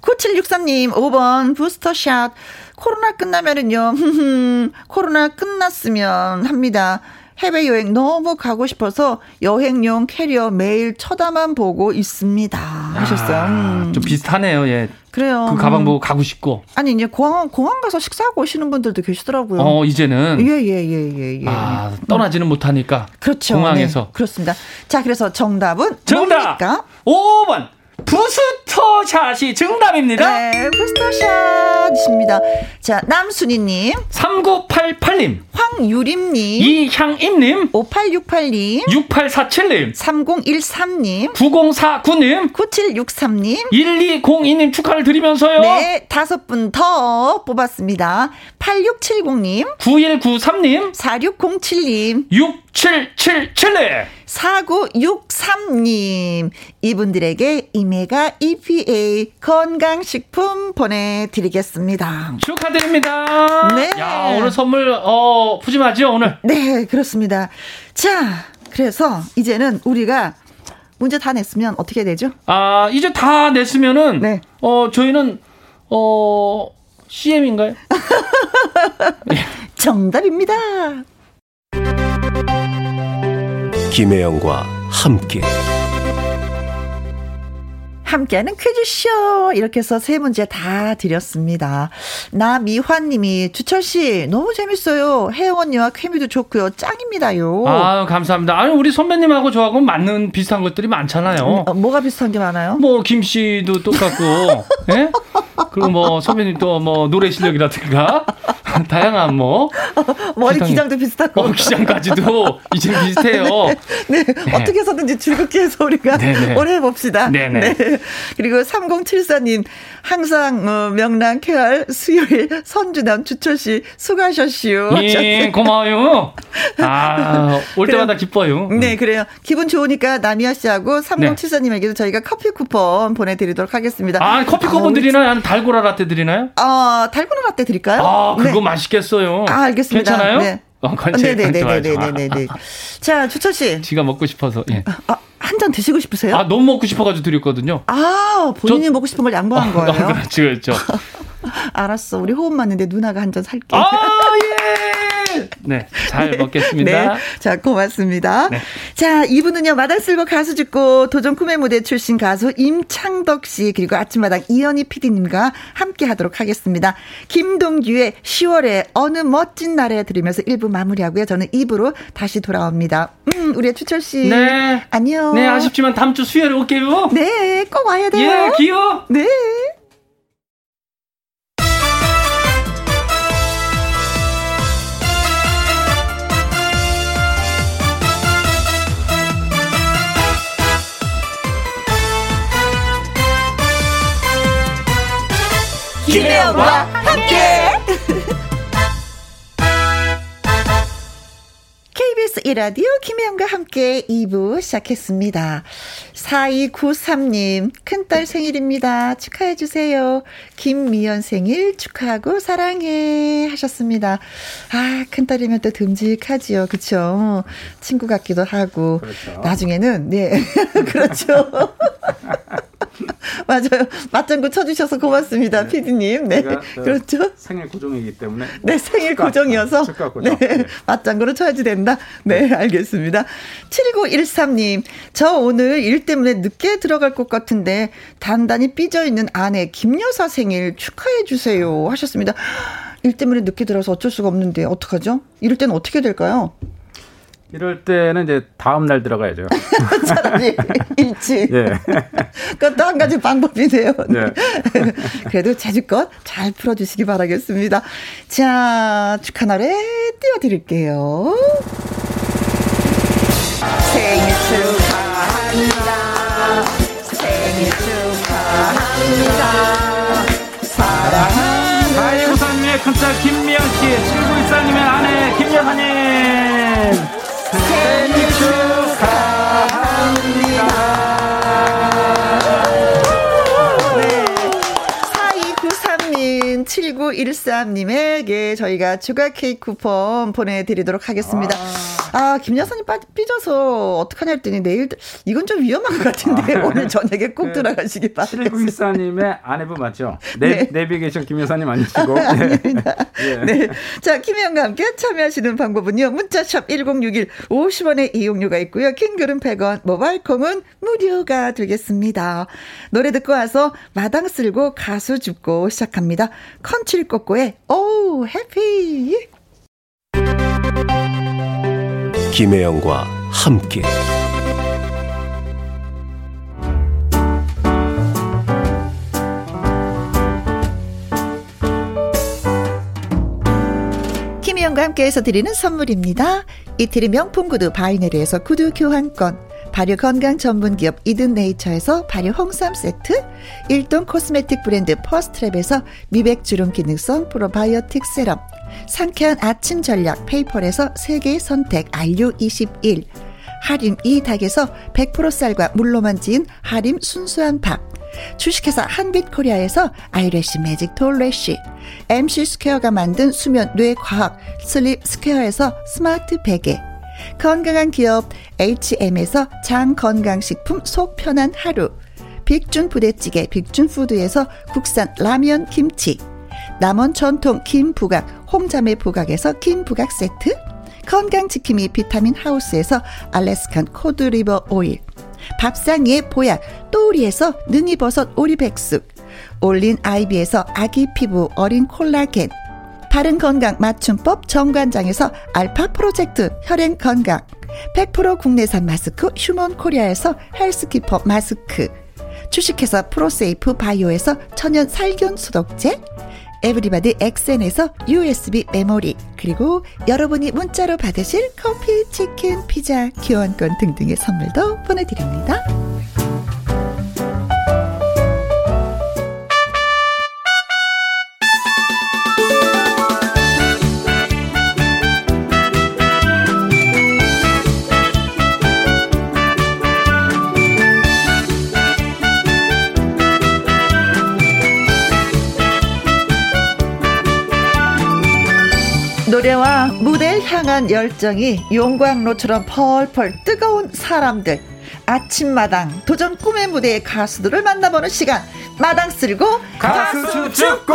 [SPEAKER 1] 9763님, 5번, 부스터샷. 코로나 끝나면은요, 흠흠, 코로나 끝났으면 합니다. 해외여행 너무 가고 싶어서 여행용 캐리어 매일 쳐다만 보고 있습니다. 하셨어요.
[SPEAKER 3] 아,
[SPEAKER 1] 음,
[SPEAKER 3] 좀 비슷하네요. 예.
[SPEAKER 1] 그래요.
[SPEAKER 3] 그 가방
[SPEAKER 1] 음.
[SPEAKER 3] 보고 가고 싶고.
[SPEAKER 1] 아니, 이제 공항, 공항 가서 식사하고 오시는 분들도 계시더라고요.
[SPEAKER 3] 어, 이제는
[SPEAKER 1] 예, 예, 예, 예, 예.
[SPEAKER 3] 아, 떠나지는 못하니까.
[SPEAKER 1] 그렇죠.
[SPEAKER 3] 공항에서.
[SPEAKER 1] 네, 그렇습니다. 자, 그래서 정답은
[SPEAKER 3] 정답
[SPEAKER 1] 뭡니까?
[SPEAKER 3] 5번 부스터샷이 정답입니다.
[SPEAKER 1] 네, 부스터샷입니다. 자, 남순이님.
[SPEAKER 3] 3988님
[SPEAKER 1] 황 이향유림님,
[SPEAKER 3] 이향임님,
[SPEAKER 1] 5868님,
[SPEAKER 3] 6847님,
[SPEAKER 1] 3013님,
[SPEAKER 3] 9049님,
[SPEAKER 1] 9763님,
[SPEAKER 3] 1202님 축하를 드리면서요.
[SPEAKER 1] 네, 다섯 분 더 뽑았습니다. 8670님,
[SPEAKER 3] 9193님,
[SPEAKER 1] 4607님,
[SPEAKER 3] 6777님.
[SPEAKER 1] 4963님, 이분들에게 이메가 EPA 건강식품 보내드리겠습니다.
[SPEAKER 3] 축하드립니다.
[SPEAKER 1] 네.
[SPEAKER 3] 야, 오늘 선물, 어, 푸짐하죠, 오늘?
[SPEAKER 1] 네, 그렇습니다. 자, 그래서 이제는 우리가 문제 다 냈으면 어떻게 되죠?
[SPEAKER 3] 아, 이제 다 냈으면은,
[SPEAKER 1] 네.
[SPEAKER 3] 어, 저희는, 어, CM인가요?
[SPEAKER 1] 정답입니다.
[SPEAKER 2] 김혜영과 함께
[SPEAKER 1] 함께하는 퀴즈쇼. 이렇게 해서 세 문제 다 드렸습니다. 나미환님이, 주철씨, 너무 재밌어요. 혜영 언니와 케미도 좋고요. 짱입니다요.
[SPEAKER 3] 아, 감사합니다. 아니, 우리 선배님하고 저하고 맞는 비슷한 것들이 많잖아요.
[SPEAKER 1] 어, 뭐가 비슷한 게 많아요?
[SPEAKER 3] 뭐, 김씨도 똑같고, 예? 그리고 뭐, 선배님 또 뭐, 노래 실력이라든가, 다양한 뭐,
[SPEAKER 1] 머리
[SPEAKER 3] 세상에.
[SPEAKER 1] 기장도 비슷하고.
[SPEAKER 3] 어, 기장까지도 이제 비슷해요.
[SPEAKER 1] 네, 어떻게 해서든지 즐겁게 해서 우리가
[SPEAKER 3] 네네.
[SPEAKER 1] 오래 해봅시다.
[SPEAKER 3] 네네.
[SPEAKER 1] 그리고 3074님, 항상 어, 명랑 쾌활 수요일 선주남 주철씨 수고하셨시오.
[SPEAKER 3] 예, 고마워요. 아, 올 때마다 기뻐요.
[SPEAKER 1] 네, 그래요. 기분 좋으니까 남이아
[SPEAKER 3] 네.
[SPEAKER 1] 씨하고 3074님에게도 저희가 커피 쿠폰 보내드리도록 하겠습니다.
[SPEAKER 3] 아, 커피 쿠폰
[SPEAKER 1] 아우,
[SPEAKER 3] 드리나요? 아니, 달고라 라떼 드리나요?
[SPEAKER 1] 어, 달고나 라떼 드릴까요?
[SPEAKER 3] 아, 그거
[SPEAKER 1] 네.
[SPEAKER 3] 맛있겠어요.
[SPEAKER 1] 아, 알겠습니다.
[SPEAKER 3] 괜찮아요?
[SPEAKER 1] 네.
[SPEAKER 3] 어, 관찰,
[SPEAKER 1] 네네네네네네. 네 자, 주철 씨,
[SPEAKER 3] 지가 먹고 싶어서. 예.
[SPEAKER 1] 아, 한 잔 드시고 싶으세요?
[SPEAKER 3] 아,
[SPEAKER 1] 아,
[SPEAKER 3] 너무 먹고 싶어가지고 드렸거든요.
[SPEAKER 1] 본인이
[SPEAKER 3] 저-
[SPEAKER 1] 먹고 싶은 걸 양보한 아, 거예요.
[SPEAKER 3] 어, 그렇죠, 그렇죠.
[SPEAKER 1] 알았어. 우리 호흡 맞는데 누나가 한 잔 살게.
[SPEAKER 3] 아, 예! 네, 잘 먹겠습니다.
[SPEAKER 1] 네. 자, 고맙습니다.
[SPEAKER 3] 네.
[SPEAKER 1] 자, 이분은요, 마당 쓸고 가수 짓고 도전 꿈의 무대 출신 가수 임창덕 씨, 그리고 아침마당 이현희 PD님과 함께 하도록 하겠습니다. 김동규의 10월의 어느 멋진 날에 들으면서 1부 마무리하고요. 저는 2부로 다시 돌아옵니다. 음, 우리 추철 씨.
[SPEAKER 3] 네.
[SPEAKER 1] 안녕.
[SPEAKER 3] 네, 아쉽지만 다음 주 수요일에 올게요.
[SPEAKER 1] 네, 꼭 와야 돼요.
[SPEAKER 3] 예, 귀여워.
[SPEAKER 1] 네.
[SPEAKER 4] 김혜영과
[SPEAKER 1] 함께. KBS 1라디오 김혜영과 함께 2부 시작했습니다. 4293님, 큰딸 생일입니다. 축하해주세요. 김미연 생일 축하하고 사랑해. 하셨습니다. 아, 큰딸이면 또 듬직하지요. 그쵸? 친구 같기도 하고. 나중에는, 네. 그렇죠. 맞아요. 맞장구 쳐주셔서 고맙습니다. 피디님. 네.
[SPEAKER 5] 제가 저-
[SPEAKER 1] 그렇죠.
[SPEAKER 5] 생일 고정이기 때문에
[SPEAKER 1] 네, 생일
[SPEAKER 5] 축하,
[SPEAKER 1] 고정이어서.
[SPEAKER 5] 축하 고정.
[SPEAKER 1] 네, 맞장구로 쳐야지 된다. 네, 알겠습니다. 7913님, 저 오늘 일 때문에 늦게 들어갈 것 같은데, 단단히 삐져있는 아내 김여사 생일 축하해주세요. 하셨습니다. 일 때문에 늦게 들어서 어쩔 수가 없는데, 어떡하죠? 이럴 때는 어떻게 될까요?
[SPEAKER 5] 이럴 때는 이제 다음 날 들어가야죠.
[SPEAKER 1] 차라리 일찍.
[SPEAKER 5] 예.
[SPEAKER 1] 그것도 한 가지 방법이네요.
[SPEAKER 5] 네.
[SPEAKER 1] 그래도 재주껏 잘 풀어주시기 바라겠습니다. 자, 축하 노래 띄워드릴게요. 생일 축하합니다. 생일 축하합니다. 사랑하는
[SPEAKER 5] 사이부사님의 큰딸 김미연 씨, 칠구일사님의 아내 김여사님 생일 축하합니다.
[SPEAKER 1] 4293님, 7913님에게 저희가 추가 케이크 쿠폰 보내드리도록 하겠습니다. 아, 김여사님 빠- 삐져서 어떡하냐 했더니 내일, 이건 좀 위험한 것 같은데 오늘 저녁에 꼭
[SPEAKER 5] 네.
[SPEAKER 1] 들어가시기 바랍니다.
[SPEAKER 5] 칠구일사님의 아내분 맞죠? 네,
[SPEAKER 1] 네.
[SPEAKER 5] 내비게이션 김여사님 아니시고
[SPEAKER 1] 아닙니다.
[SPEAKER 5] 예.
[SPEAKER 1] 네. 자, 김혜영과 함께 참여하시는 방법은요. 문자샵 1061 50원의 이용료가 있고요. 킹글은 100원, 모바일 콩은 무료가 되겠습니다. 노래 듣고 와서 마당 쓸고 가수 줍고 시작합니다. 컨칠 꼬꼬의 Oh, 오우 해피.
[SPEAKER 2] 김혜영과 함께
[SPEAKER 1] 김혜영과 김혜영과 함께해서 드리는 선물입니다. 이태리 명품 구두 바이네르에서 구두 교환권, 발효 건강 전문 기업 이든네이처에서 발효 홍삼 세트, 일동 코스메틱 브랜드 퍼스트랩에서 미백 주름 기능성 프로바이오틱 세럼, 상쾌한 아침 전략 페이퍼에서 세계 선택 RU21, 하림 이 닭에서 100% 쌀과 물로만 지은 하림 순수한 밥, 주식회사 한빛코리아에서 아이래쉬 매직 톨래쉬 MC 스퀘어가 만든 수면 뇌과학 슬립 스퀘어에서 스마트 베개 건강한 기업 HM에서 장건강식품 속 편한 하루 빅준 부대찌개 빅준푸드에서 국산 라면 김치 남원 전통 김부각 홍자매 부각에서 김부각 세트 건강지킴이 비타민 하우스에서 알래스칸 코드리버 오일 밥상의 보약 또우리에서 능이버섯 오리백숙 올린 아이비에서 아기 피부 어린 콜라겐 바른 건강 맞춤법 정관장에서 알파 프로젝트 혈행 건강 100% 국내산 마스크 휴먼 코리아에서 헬스키퍼 마스크 주식회사 프로세이프 바이오에서 천연 살균 소독제 에브리바디 엑센에서 USB 메모리 그리고 여러분이 문자로 받으실 커피, 치킨, 피자, 교환권 등등의 선물도 보내드립니다. 노래와 무대를 향한 열정이 용광로처럼 펄펄 뜨거운 사람들 아침마당 도전 꿈의 무대의 가수들을 만나보는 시간 마당 쓸고
[SPEAKER 5] 가수 축구!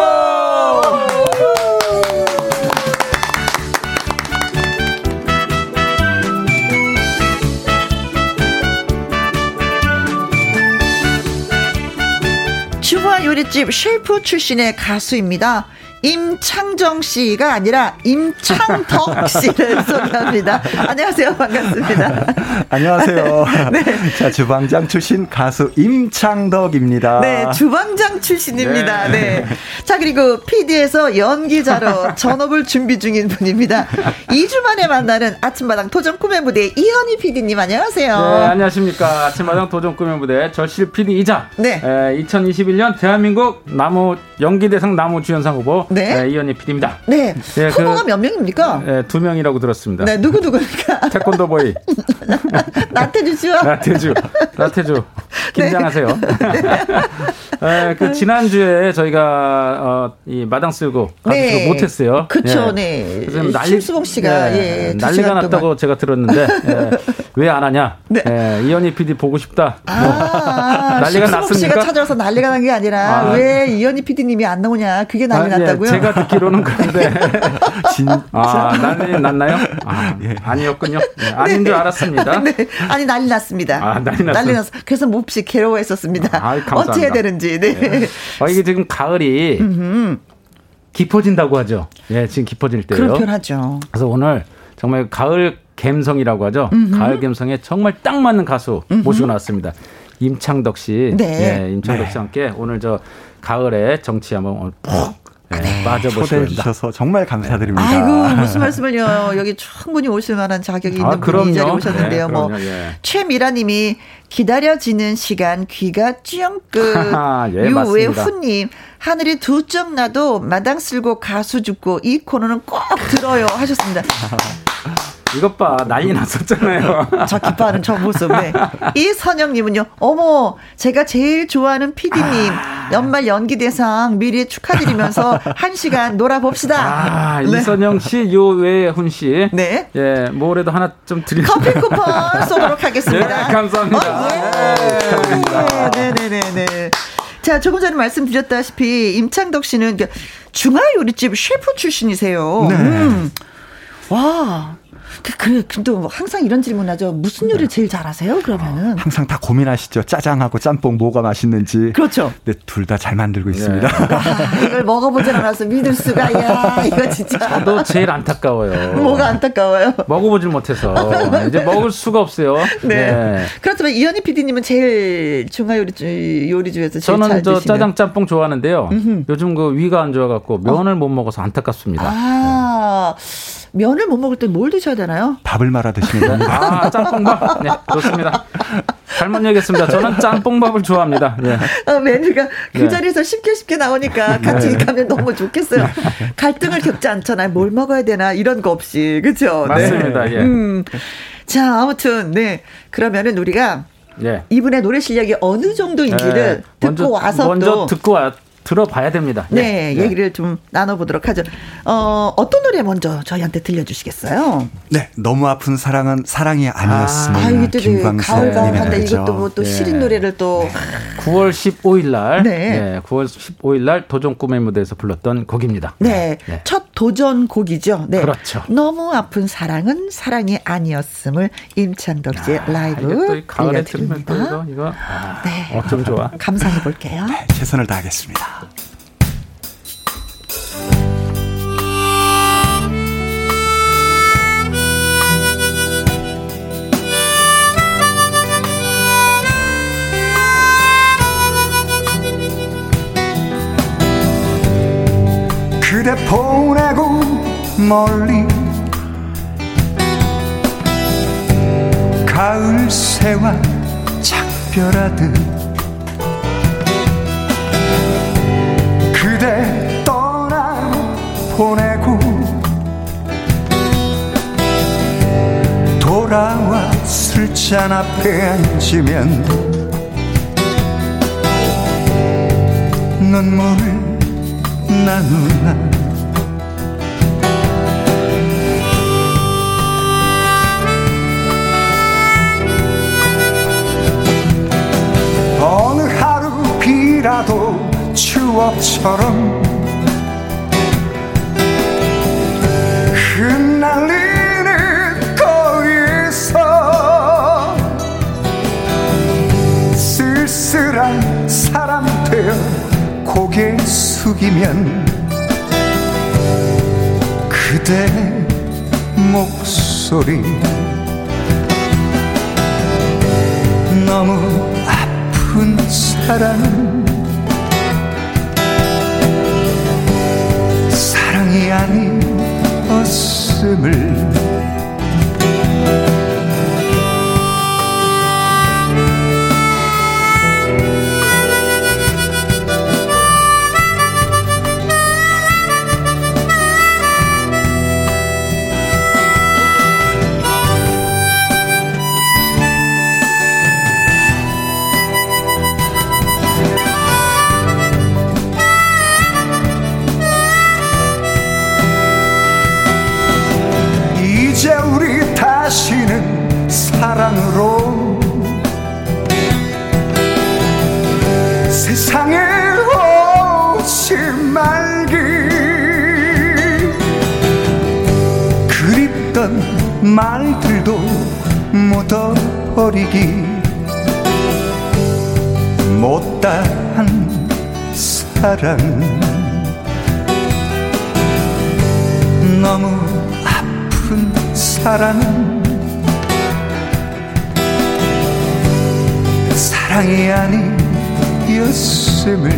[SPEAKER 1] 주부와 요리집 셰프 출신의 가수입니다. 임창정 씨가 아니라 임창덕 씨를 소개합니다. 안녕하세요. 반갑습니다.
[SPEAKER 6] 안녕하세요.
[SPEAKER 5] 네.
[SPEAKER 6] 자, 주방장 출신 가수 임창덕입니다.
[SPEAKER 1] 네,
[SPEAKER 5] 아.
[SPEAKER 1] 주방장 출신입니다. 네. 자, 그리고 PD에서 연기자로 전업을 준비 중인 분입니다. 2주 만에 만나는 아침마당 도전 꿈의 무대 이현희 PD님 안녕하세요.
[SPEAKER 5] 네, 안녕하십니까. 아침마당 도전 꾸며 무대 절실 PD이자
[SPEAKER 1] 네.
[SPEAKER 5] 2021년 대한민국 나무 연기대상 나무 주연상 후보
[SPEAKER 1] 네.
[SPEAKER 5] 에, 이현희 PD입니다.
[SPEAKER 1] 네.
[SPEAKER 5] 예,
[SPEAKER 1] 후보가
[SPEAKER 5] 그-
[SPEAKER 1] 몇 명입니까?
[SPEAKER 5] 네, 두 명이라고 들었습니다.
[SPEAKER 1] 네, 누구누구입니까?
[SPEAKER 5] 태권도 보이
[SPEAKER 1] 나태주 씨와
[SPEAKER 5] 라테주 라테주
[SPEAKER 1] 네.
[SPEAKER 5] 긴장하세요. 에, 그 지난주에 저희가 어, 이 마당 쓸고 가수
[SPEAKER 1] 네.
[SPEAKER 5] 네. 못했어요.
[SPEAKER 1] 그쵸,
[SPEAKER 5] 예.
[SPEAKER 1] 네.
[SPEAKER 5] 그래서 난리-
[SPEAKER 1] 심수봉 씨가,
[SPEAKER 5] 예,
[SPEAKER 1] 예, 두 시간
[SPEAKER 5] 난리가
[SPEAKER 1] 동안.
[SPEAKER 5] 났다고 제가 들었는데 예. 왜 안 하냐?
[SPEAKER 1] 네.
[SPEAKER 5] 예, 이현희 PD 보고 싶다.
[SPEAKER 1] 아,
[SPEAKER 5] 뭐, 난리가
[SPEAKER 1] 심수봉 씨가
[SPEAKER 5] 났습니까?
[SPEAKER 1] 찾아와서 난리가 난 게 아니라
[SPEAKER 5] 아.
[SPEAKER 1] 왜 이현희 PD님이 안 나오냐 그게 난리
[SPEAKER 5] 아, 예,
[SPEAKER 1] 났다고요?
[SPEAKER 5] 제가 듣기로는 그런데
[SPEAKER 6] 진,
[SPEAKER 5] 아 난리 났나요? 아, 아니었군요. 예, 아닌 줄 알았습니다.
[SPEAKER 1] 네. 아니 난리 났습니다.
[SPEAKER 5] 아, 난리 났어요.
[SPEAKER 1] 났어. 그래서 몹시 괴로워했었습니다.
[SPEAKER 5] 아이, 감사합니다.
[SPEAKER 1] 어떻게 해야 되는지. 네.
[SPEAKER 5] 아, 이게 지금 가을이 깊어진다고 하죠. 예, 지금 깊어질 때예요.
[SPEAKER 1] 그런 표현하죠.
[SPEAKER 5] 그래서 오늘 정말 가을 갬성이라고 하죠. 가을 갬성에 정말 딱 맞는 가수 모시고 나왔습니다. 임창덕 씨,
[SPEAKER 1] 네.
[SPEAKER 5] 예, 임창덕 씨와 함께 오늘 저 가을의 정치 한번 오늘 푹 예,
[SPEAKER 1] 아, 네.
[SPEAKER 6] 초대해
[SPEAKER 5] 빠져보시겠습니다.
[SPEAKER 6] 주셔서 정말 감사드립니다.
[SPEAKER 1] 아이고 무슨 말씀을요. 여기 충분히 오실 만한 자격이 있는
[SPEAKER 5] 아,
[SPEAKER 1] 분이 이
[SPEAKER 5] 그럼요.
[SPEAKER 1] 자리에 오셨는데요.
[SPEAKER 5] 네,
[SPEAKER 1] 뭐
[SPEAKER 5] 그럼요, 예.
[SPEAKER 1] 최미라님이 기다려지는 시간 귀가 쭈영끝
[SPEAKER 5] 하하, 예, 맞습니다.
[SPEAKER 1] 유외후님 하늘이 두 점 나도 마당 쓸고 가수 죽고 이 코너는 꼭 들어요 하셨습니다.
[SPEAKER 5] 이것 봐, 난리 났었잖아요.
[SPEAKER 1] 저 기뻐하는 저 모습. 네. 이 선영님은요. 어머, 제가 제일 좋아하는 PD님 연말 연기 대상 미리 축하드리면서 한 시간 놀아봅시다.
[SPEAKER 5] 아,
[SPEAKER 1] 네.
[SPEAKER 5] 이선영 씨, 요외훈 씨.
[SPEAKER 1] 네.
[SPEAKER 5] 예, 뭐래도 하나 좀 드리고.
[SPEAKER 1] 커피 쿠폰 쏘도록
[SPEAKER 5] 예,
[SPEAKER 1] 하겠습니다. 어, 예.
[SPEAKER 5] 감사합니다.
[SPEAKER 1] 네, 네, 네, 네. 자, 조금 전에 말씀드렸다시피 임창덕 씨는 그 중화요리집 셰프 출신이세요.
[SPEAKER 5] 네.
[SPEAKER 1] 음. 와. 그, 그, 근데 뭐 항상 이런 질문하죠. 무슨 요리를 제일 잘하세요? 그러면은.
[SPEAKER 6] 항상 다 고민하시죠. 짜장하고 짬뽕 뭐가 맛있는지.
[SPEAKER 1] 그렇죠.
[SPEAKER 6] 네, 둘 다 잘 만들고
[SPEAKER 7] 네.
[SPEAKER 6] 있습니다.
[SPEAKER 1] 아, 이걸 먹어보질 않아서 믿을 수가. 야, 이거 진짜
[SPEAKER 5] 저도 제일 안타까워요.
[SPEAKER 1] 뭐가 안타까워요.
[SPEAKER 5] 먹어보질 못해서 이제 먹을 수가 없어요.
[SPEAKER 1] 네.
[SPEAKER 5] 네.
[SPEAKER 1] 그렇지만 이현희 PD님은 제일 중화 요리주 요리주에서 제일 잘
[SPEAKER 5] 저는 저
[SPEAKER 1] 드시는.
[SPEAKER 5] 짜장 짬뽕 좋아하는데요. 요즘 그 위가 안 좋아갖고 면을 못 먹어서 안타깝습니다.
[SPEAKER 1] 아, 면을 못 먹을 땐 뭘 드셔야 되나요?
[SPEAKER 7] 밥을 말아 드시는 겁니다.
[SPEAKER 5] 아, 짬뽕밥. 네, 좋습니다. 잘못 얘기했습니다. 저는 짬뽕밥을 좋아합니다. 예.
[SPEAKER 1] 어, 메뉴가 그
[SPEAKER 5] 네.
[SPEAKER 1] 자리에서 쉽게 쉽게 나오니까 같이 가면 너무 좋겠어요.
[SPEAKER 5] 네.
[SPEAKER 1] 갈등을 겪지 않잖아요. 뭘 먹어야 되나 이런 거 없이 그렇죠.
[SPEAKER 5] 맞습니다. 예.
[SPEAKER 1] 음. 자 아무튼 네 그러면은 우리가
[SPEAKER 5] 예.
[SPEAKER 1] 이분의 노래 실력이 어느 정도인지를
[SPEAKER 5] 예.
[SPEAKER 1] 듣고 와서
[SPEAKER 5] 먼저
[SPEAKER 1] 또
[SPEAKER 5] 듣고 와, 들어봐야 됩니다. 예.
[SPEAKER 1] 네, 얘기를 좀 나눠보도록 하죠. 어, 어떤 노래 먼저 저희한테 들려주시겠어요?
[SPEAKER 7] 네, 너무 아픈 사랑은 사랑이 아니었습니다.
[SPEAKER 1] 아, 이게 또 이제
[SPEAKER 7] 김광석님의
[SPEAKER 1] 가을가을한다
[SPEAKER 7] 노래죠.
[SPEAKER 1] 이것도 뭐 또
[SPEAKER 5] 예.
[SPEAKER 1] 시린 노래를 또
[SPEAKER 5] 9월 15일 날,
[SPEAKER 1] 네.
[SPEAKER 5] 예, 9월 15일 날 도전 꿈의 무대에서 불렀던 곡입니다.
[SPEAKER 1] 네.
[SPEAKER 5] 네.
[SPEAKER 1] 첫 도전 곡이죠. 네.
[SPEAKER 5] 그렇죠.
[SPEAKER 1] 너무 아픈 사랑은 사랑이 아니었음을 임찬덕 씨의
[SPEAKER 5] 아, 이게
[SPEAKER 1] 라이브
[SPEAKER 5] 또이 가을에 들으면 또
[SPEAKER 1] 들려드립니다.
[SPEAKER 5] 이거, 이거 아,
[SPEAKER 1] 네.
[SPEAKER 5] 어쩜 좋아.
[SPEAKER 1] 감상해 볼게요.
[SPEAKER 7] 네, 최선을 다하겠습니다. 그대 보내고 멀리 가을 새와 작별하듯 그대 떠나 보내고 돌아와 술잔 앞에 앉으면 눈물을 나누나 어느 하루 비라도 추억처럼 흩날리는 거리에서 쓸쓸한 사람 되어 고개 숙이면 그대 목소리 너무 아픈 사랑 사랑이 아니었음을 이제 우리 다시는 사랑으로 세상에 오지 말기 그립던 말들도 묻어버리기 못다한 사랑 너무 아픈 사랑 사랑이 아니었음을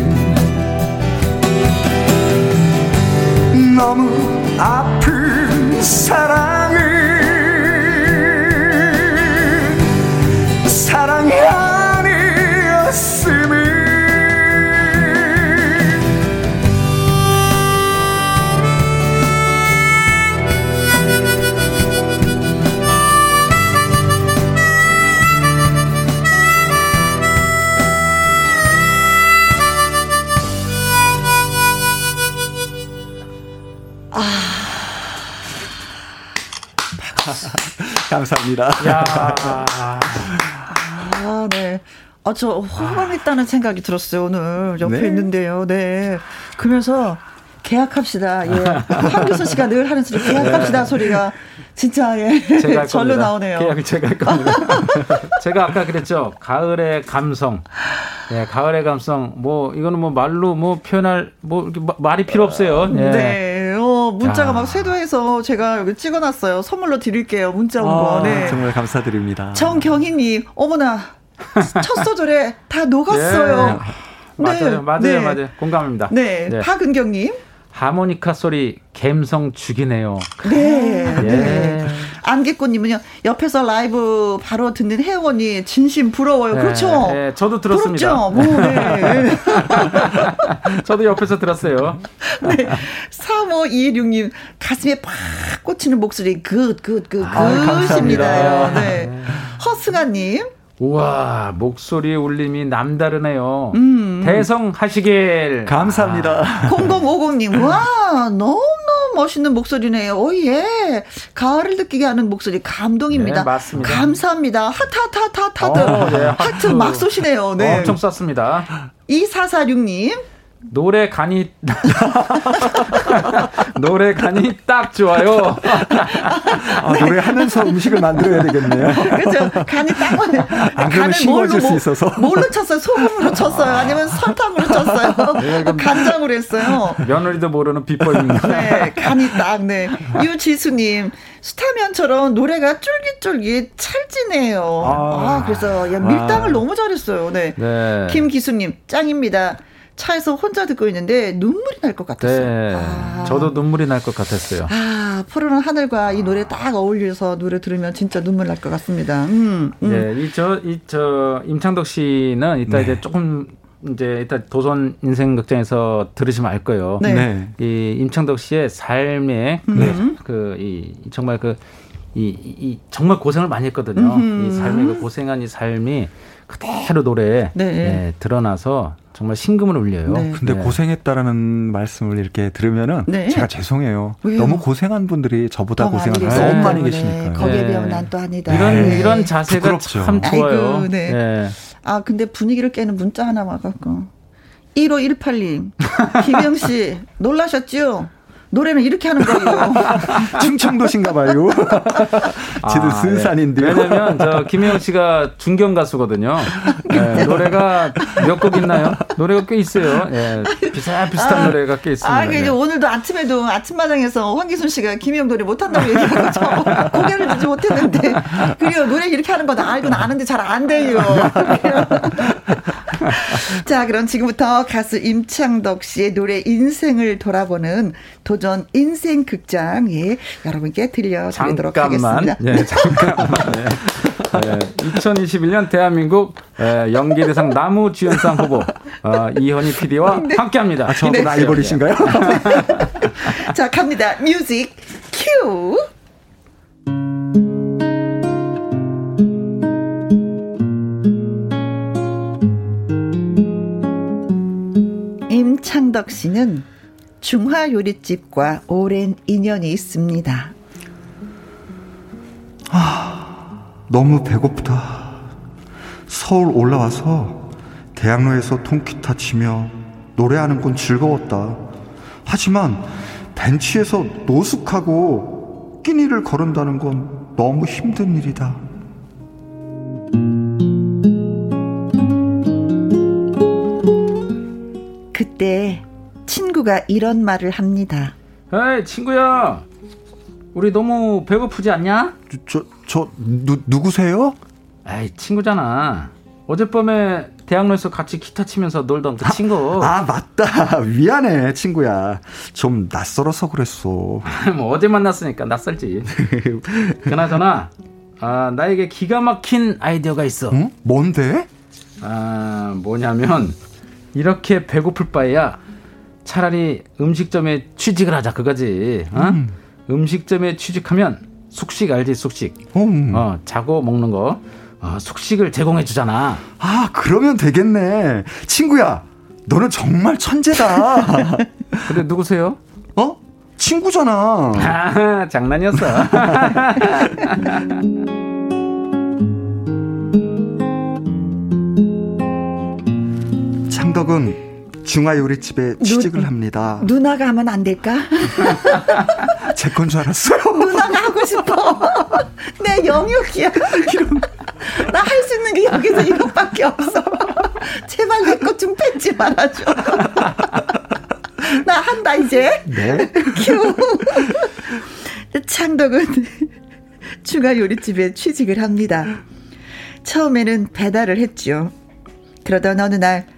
[SPEAKER 7] 너무 아픈 사랑을 사랑이 아니었음을 감사합니다.
[SPEAKER 1] 아, 네. 아, 저 호강했다는 생각이 들었어요, 오늘. 옆에
[SPEAKER 7] 네.
[SPEAKER 1] 있는데요. 네. 그러면서 계약합시다. 예. 황교선 씨가 늘 하는 소리, 계약합시다 소리가 진짜,
[SPEAKER 5] 네. 제가
[SPEAKER 1] 예.
[SPEAKER 5] 할
[SPEAKER 1] 절로
[SPEAKER 5] 겁니다.
[SPEAKER 1] 나오네요.
[SPEAKER 5] 계약을 제가 할 겁니다. 제가 아까 그랬죠. 가을의 감성. 예, 가을의 감성. 뭐 이거는 뭐 말로 뭐 표현할 뭐 이렇게 마- 말이 필요 없어요. 예.
[SPEAKER 1] 네. 어, 문자가
[SPEAKER 5] 야.
[SPEAKER 1] 막 쇄도해서 제가 여기 찍어놨어요. 선물로 드릴게요. 문자 온
[SPEAKER 5] 아,
[SPEAKER 1] 거. 네.
[SPEAKER 7] 어, 정말 감사드립니다.
[SPEAKER 1] 정경희님, 어머나. 첫 소절에 다 녹았어요.
[SPEAKER 5] 예. 맞아요. 맞아요.
[SPEAKER 1] 네.
[SPEAKER 5] 맞아요. 공감합니다.
[SPEAKER 1] 네.
[SPEAKER 5] 네.
[SPEAKER 1] 박은경님.
[SPEAKER 5] 하모니카 소리 감성 죽이네요.
[SPEAKER 1] 네.
[SPEAKER 5] 예.
[SPEAKER 1] 네. 안개꽃님은요, 옆에서 라이브 바로 듣는 혜영 언니, 진심 부러워요.
[SPEAKER 5] 네,
[SPEAKER 1] 그렇죠?
[SPEAKER 5] 네, 저도
[SPEAKER 1] 부럽죠?
[SPEAKER 5] 들었습니다.
[SPEAKER 1] 뭐, 네.
[SPEAKER 5] 저도 옆에서 들었어요.
[SPEAKER 1] 네. 3526님, 가슴에 팍 꽂히는 목소리, 굿, 굿, 굿, 굿입니다요.
[SPEAKER 5] 감사합니다.
[SPEAKER 1] 네. 허승아님,
[SPEAKER 5] 우와 목소리 울림이 남다르네요.
[SPEAKER 1] 음.
[SPEAKER 5] 대성하시길.
[SPEAKER 6] 감사합니다.
[SPEAKER 1] 0050님, 와, 너무너무 멋있는 목소리네요. 오, 예. 가을을 느끼게 하는 목소리, 감동입니다.
[SPEAKER 5] 네, 맞습니다.
[SPEAKER 1] 감사합니다. 하트, 하트, 하트, 하트, 하트.
[SPEAKER 5] 어, 네,
[SPEAKER 1] 하트.
[SPEAKER 5] 하트. 어,
[SPEAKER 1] 막 쏘시네요. 네.
[SPEAKER 5] 아, 엄청 썼습니다.
[SPEAKER 1] 2446님,
[SPEAKER 5] 노래 간이 노래 간이 딱 좋아요.
[SPEAKER 6] 아, 노래하면서 음식을 만들어야 되겠네요.
[SPEAKER 1] 그죠? 간이 딱 맞네.
[SPEAKER 6] 그러면 싱거워질 수 있어서.
[SPEAKER 1] 뭘로 쳤어요? 소금으로 쳤어요? 아니면 설탕으로 쳤어요? 간장으로 했어요?
[SPEAKER 5] 며느리도 모르는 비법입니다.
[SPEAKER 1] 네, 간이 딱, 네. 유지수님, 스타면처럼 노래가 쫄깃쫄깃 찰지네요. 아,
[SPEAKER 6] 아.
[SPEAKER 1] 그래서, 야, 밀당을 너무 잘했어요. 네.
[SPEAKER 5] 네.
[SPEAKER 1] 김기수님, 짱입니다. 차에서 혼자 듣고 있는데 눈물이 날 것 같았어요.
[SPEAKER 5] 네.
[SPEAKER 1] 아.
[SPEAKER 5] 저도 눈물이 날 것 같았어요.
[SPEAKER 1] 아, 푸른 하늘과 이 노래 딱 어울려서 노래 들으면 진짜 눈물 날 것 같습니다. 음, 음.
[SPEAKER 5] 예, 이 저 이 저 임창덕 씨는 이따 이제 조금 이제 이따 도선 인생 극장에서 들으시면 알 거예요.
[SPEAKER 1] 네.
[SPEAKER 6] 네.
[SPEAKER 5] 이 임창덕 씨의 삶의
[SPEAKER 1] 음.
[SPEAKER 5] 그, 그이 정말 그 이 이 정말 고생을 많이 했거든요.
[SPEAKER 1] 음.
[SPEAKER 5] 이 삶의 그 고생한 이 삶이 그대로 노래에
[SPEAKER 1] 네.
[SPEAKER 5] 예, 드러나서 정말 심금을 울려요.
[SPEAKER 1] 네.
[SPEAKER 6] 근데
[SPEAKER 5] 예.
[SPEAKER 6] 고생했다라는 말씀을 이렇게 들으면은
[SPEAKER 1] 네.
[SPEAKER 6] 제가 죄송해요.
[SPEAKER 1] 왜요?
[SPEAKER 6] 너무 고생한 분들이 저보다
[SPEAKER 1] 더
[SPEAKER 6] 고생한
[SPEAKER 1] 많이
[SPEAKER 6] 분들
[SPEAKER 1] 계시기
[SPEAKER 6] 너무 많이
[SPEAKER 1] 때문에
[SPEAKER 6] 계시니까요.
[SPEAKER 1] 거기에
[SPEAKER 5] 네.
[SPEAKER 1] 비하면 난 또 아니다.
[SPEAKER 5] 이런
[SPEAKER 1] 네.
[SPEAKER 5] 이런 자세가
[SPEAKER 6] 부끄럽죠.
[SPEAKER 5] 참 좋아요.
[SPEAKER 1] 아이고, 네.
[SPEAKER 5] 예.
[SPEAKER 1] 아 근데 분위기를 깨는 문자 하나 와갖고 1518님 김영 씨 놀라셨죠? 노래는 이렇게 하는 거예요.
[SPEAKER 6] 충청도신가 봐요.
[SPEAKER 1] 아,
[SPEAKER 6] 지들
[SPEAKER 1] 네.
[SPEAKER 6] 순산인데요.
[SPEAKER 5] 아, 네. 왜냐면 저 김혜영 씨가 중견 가수거든요. 예, 노래가 몇 곡 있나요? 노래가 꽤 있어요. 예, 비슷한 비슷한
[SPEAKER 1] 아,
[SPEAKER 5] 노래가 꽤 있습니다.
[SPEAKER 1] 아, 그 이제
[SPEAKER 5] 예.
[SPEAKER 1] 오늘도 아침에도 아침마당에서 황기순 씨가 김희영 노래 못한다고 얘기하고 저 고개를 들지 못했는데 그래요 노래 이렇게 하는 건 알고는 아는데 잘 안 돼요. 자 그럼 지금부터 가수 임창덕 씨의 노래 인생을 돌아보는 도전 인생 극장 예 여러분께 들려드리도록
[SPEAKER 5] 잠깐만.
[SPEAKER 1] 하겠습니다.
[SPEAKER 5] 예, 잠깐만. 예. 예, 2021년 대한민국 예, 연기대상 나무주연상 후보 어, 이현희 PD와
[SPEAKER 1] 네.
[SPEAKER 5] 함께합니다.
[SPEAKER 6] 아, 저하고 라이벌이신가요?
[SPEAKER 1] 자 갑니다 뮤직 큐. 임창덕 씨는 중화 요리집과 오랜 인연이 있습니다.
[SPEAKER 7] 너무 배고프다. 서울 올라와서 대학로에서 통기타 치며 노래하는 건 즐거웠다. 하지만 벤치에서 노숙하고 끼니를 거른다는 건 너무 힘든 일이다.
[SPEAKER 1] 그때 친구가 이런 말을 합니다.
[SPEAKER 5] 에이 친구야, 우리 너무 배고프지 않냐?
[SPEAKER 7] 저, 저, 누, 누구세요?
[SPEAKER 5] 에이 친구잖아. 어젯밤에 대학로에서 같이 기타 치면서 놀던 그 친구.
[SPEAKER 7] 아, 맞다. 미안해, 친구야. 좀 낯설어서 그랬어.
[SPEAKER 5] 뭐 어제 만났으니까 낯설지. 그나저나 아, 나에게 기가 막힌 아이디어가 있어.
[SPEAKER 7] 응? 뭔데?
[SPEAKER 5] 아, 뭐냐면 이렇게 배고플 바에야 차라리 음식점에 취직을 하자 그거지. 어? 음식점에 취직하면 숙식 알지 숙식.
[SPEAKER 7] 음.
[SPEAKER 5] 어, 자고 먹는 거. 어, 숙식을 제공해 주잖아.
[SPEAKER 7] 아, 그러면 되겠네. 친구야, 너는 정말 천재다.
[SPEAKER 5] 근데 누구세요?
[SPEAKER 7] 어? 친구잖아.
[SPEAKER 5] 아, 장난이었어.
[SPEAKER 7] 창덕은 중화요리집에 취직을 합니다.
[SPEAKER 1] 누나가 하면 안 될까?
[SPEAKER 7] 제 건 줄 알았어요.
[SPEAKER 1] 누나가 하고 싶어. 내 영역이야. 이런. 나 할 수 있는 게 여기서 이것밖에 없어. 제발 내 것 좀 뺏지 말아줘. 나 한다 이제.
[SPEAKER 7] 네.
[SPEAKER 1] 큐. 창덕은 중화 요리집에 취직을 합니다. 처음에는 배달을 했죠. 그러던 어느 날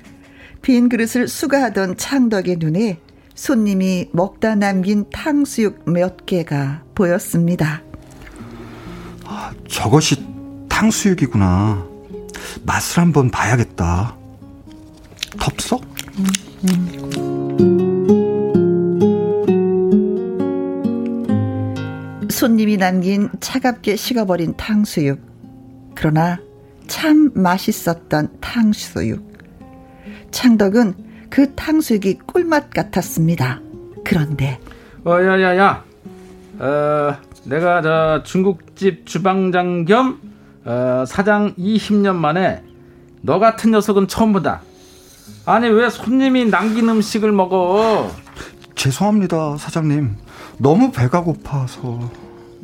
[SPEAKER 1] 빈 그릇을 수거하던 창덕의 눈에 손님이 먹다 남긴 탕수육 몇 개가 보였습니다.
[SPEAKER 7] 저것이 탕수육이구나. 맛을 한번 봐야겠다. 덥석?
[SPEAKER 1] 손님이 남긴 차갑게 식어버린 탕수육. 그러나 참 맛있었던 탕수육. 창덕은 그 탕수육이 꿀맛 같았습니다. 그런데
[SPEAKER 5] 어, 야, 야, 야. 어, 내가 저 중국집 주방장 겸 어, 사장 20년 만에 너 같은 녀석은 처음 보다. 아니 왜 손님이 남긴 음식을 먹어?
[SPEAKER 7] 죄송합니다, 사장님. 너무 배가 고파서.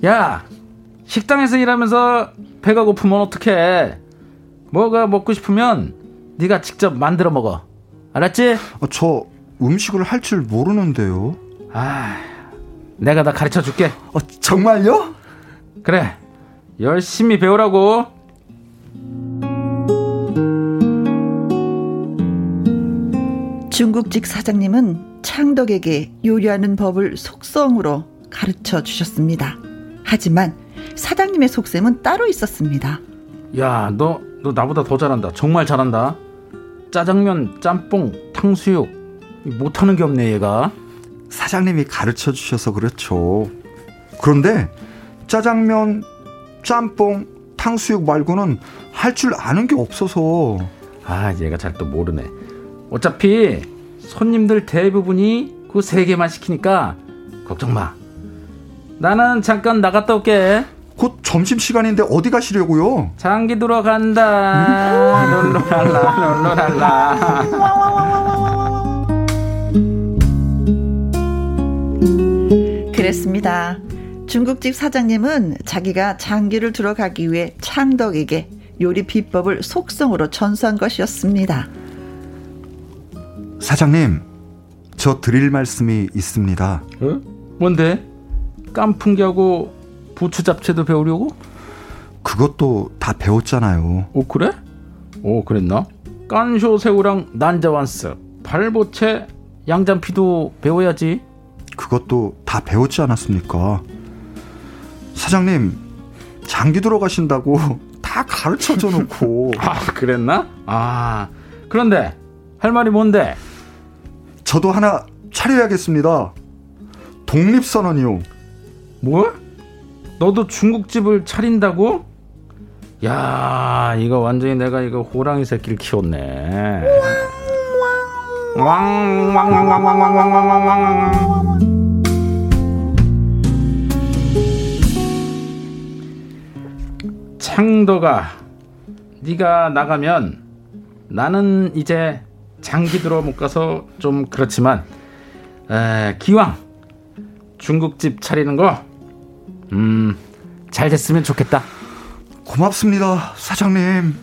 [SPEAKER 5] 야, 식당에서 일하면서 배가 고프면 어떡해? 뭐가 먹고 싶으면 네가 직접 만들어 먹어. 알았지?
[SPEAKER 7] 아, 저 음식을 할 줄 모르는데요.
[SPEAKER 5] 아, 내가 다 가르쳐 줄게.
[SPEAKER 7] 어, 정말요?
[SPEAKER 5] 그래, 열심히 배우라고.
[SPEAKER 1] 중국집 사장님은 창덕에게 요리하는 법을 속성으로 가르쳐 주셨습니다. 하지만 사장님의 속셈은 따로 있었습니다.
[SPEAKER 5] 야, 너, 너 나보다 더 잘한다. 정말 잘한다. 짜장면, 짬뽕, 탕수육. 못하는 게 없네, 얘가.
[SPEAKER 7] 사장님이 가르쳐 주셔서 그렇죠. 그런데 짜장면, 짬뽕, 탕수육 말고는 할 줄 아는 게 없어서
[SPEAKER 5] 아, 얘가 잘 또 모르네. 어차피 손님들 대부분이 그 세 개만 시키니까 걱정 마. 나는 잠깐 나갔다 올게.
[SPEAKER 7] 곧 점심 시간인데 어디 가시려고요?
[SPEAKER 5] 장기 들어간다. 롤로랄라, 롤로랄라.
[SPEAKER 1] 그랬습니다. 중국집 사장님은 자기가 장기를 들어가기 위해 창덕에게 요리 비법을 속성으로 전수한 것이었습니다.
[SPEAKER 7] 사장님, 저 드릴 말씀이 있습니다.
[SPEAKER 5] 어? 뭔데? 깐풍기하고 부추 잡채도 배우려고?
[SPEAKER 7] 그것도 다 배웠잖아요.
[SPEAKER 5] 오 그래? 오 그랬나? 깐쇼 새우랑 난자완스 발보채 양장피도 배워야지
[SPEAKER 7] 그것도 다 배웠지 않았습니까? 사장님, 장기 들어가신다고 다 가르쳐 줘 놓고
[SPEAKER 5] 아 그랬나? 아 그런데 할 말이 뭔데?
[SPEAKER 7] 저도 하나 차려야겠습니다. 독립선언이요.
[SPEAKER 5] 뭘? 뭐? 너도 중국집을 차린다고? 야 이거 완전히 내가 이거 호랑이 새끼를 키웠네 왕왕왕왕왕왕왕왕왕왕 창도가 네가 나가면 나는 이제 장기 들어 못 가서 좀 그렇지만 에, 기왕 중국집 차리는 거 음 잘 됐으면 좋겠다.
[SPEAKER 7] 고맙습니다, 사장님.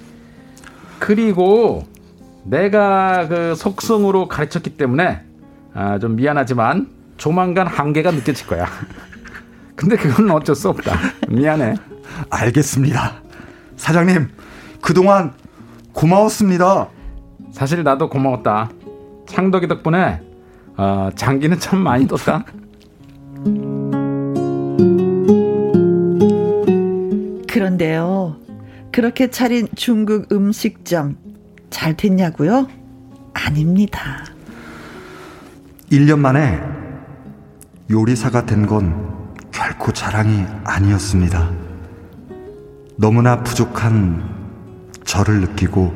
[SPEAKER 5] 그리고 내가 그 속성으로 가르쳤기 때문에 아, 좀 미안하지만 조만간 한계가 느껴질 거야. 근데 그건 어쩔 수 없다. 미안해.
[SPEAKER 7] 알겠습니다. 사장님, 그동안 고마웠습니다.
[SPEAKER 5] 사실 나도 고마웠다. 창덕이 덕분에 어, 장기는 참 많이 떴다.
[SPEAKER 1] 그런데요, 그렇게 차린 중국 음식점 잘 됐냐고요? 아닙니다.
[SPEAKER 7] 1년 만에 요리사가 된 건 결코 자랑이 아니었습니다. 너무나 부족한 저를 느끼고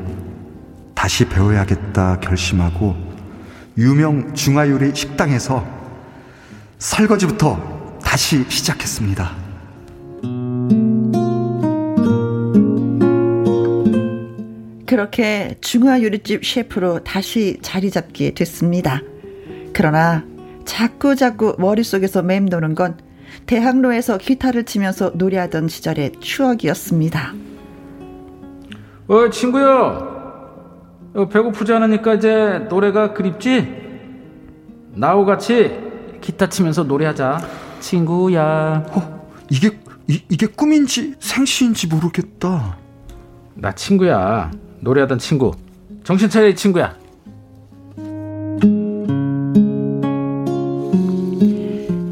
[SPEAKER 7] 다시 배워야겠다 결심하고 유명 중화요리 식당에서 설거지부터 다시 시작했습니다.
[SPEAKER 1] 그렇게 중화요리집 셰프로 다시 자리 잡게 됐습니다. 그러나 자꾸자꾸 머릿속에서 맴도는 건 대학로에서 기타를 치면서 노래하던 시절의 추억이었습니다.
[SPEAKER 5] 어 친구야 어, 배고프지 않으니까 이제 노래가 그립지? 나우 같이 기타 치면서 노래하자 친구야
[SPEAKER 7] 어, 이게, 이, 이게 꿈인지 생시인지 모르겠다.
[SPEAKER 5] 나 친구야 노래하던 친구 정신 차려 이 친구야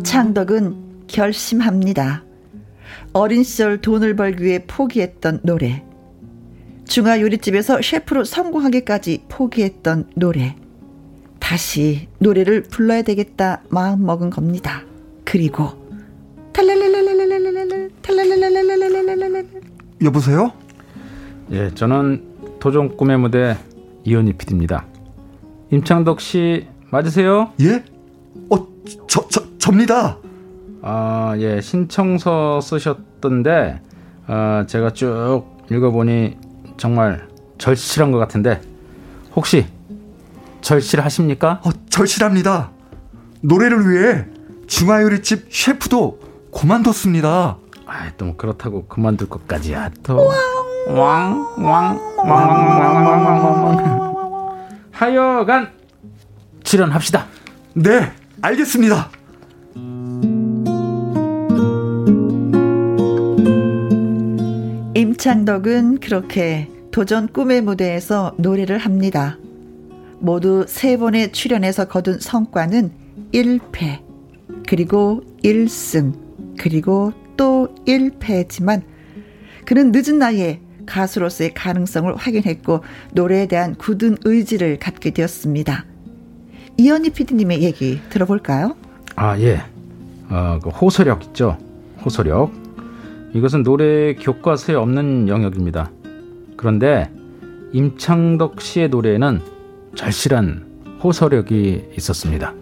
[SPEAKER 1] 창덕은 결심합니다. 어린 시절 돈을 벌기 위해 포기했던 노래. 중화 요리집에서 셰프로 성공하기까지 포기했던 노래. 다시 노래를 불러야 되겠다 마음 먹은 겁니다. 그리고 탈랄랄랄랄랄랄랄랄 탈랄랄랄랄랄랄랄랄
[SPEAKER 7] 여보세요?
[SPEAKER 5] 예, 저는 토종 꿈의 무대 이현희 PD입니다. 임창덕 씨 맞으세요?
[SPEAKER 7] 예? 어, 저, 저, 접니다.
[SPEAKER 5] 아, 예, 신청서 쓰셨던데 아, 제가 쭉 읽어보니 정말 절실한 것 같은데 혹시 절실하십니까?
[SPEAKER 7] 어, 절실합니다. 노래를 위해 중화요리집 셰프도 고만뒀습니다.
[SPEAKER 5] 아, 또뭐 그렇다고 그만둘 것까지야 아, 또. 왕왕왕왕왕왕왕왕왕. 하여간 출연합시다.
[SPEAKER 7] 네, 알겠습니다.
[SPEAKER 1] 임창덕은 그렇게 도전 꿈의 무대에서 노래를 합니다. 모두 세 번의 출연에서 거둔 성과는 1패, 그리고 1승, 그리고 또 1패지만 그는 늦은 나이에 가수로서의 가능성을 확인했고 노래에 대한 굳은 의지를 갖게 되었습니다. 이현희 PD님의 얘기 들어볼까요?
[SPEAKER 5] 아 예. 어, 그 호소력 있죠. 호소력. 이것은 노래 교과서에 없는 영역입니다. 그런데 임창덕 씨의 노래에는 절실한 호소력이 있었습니다.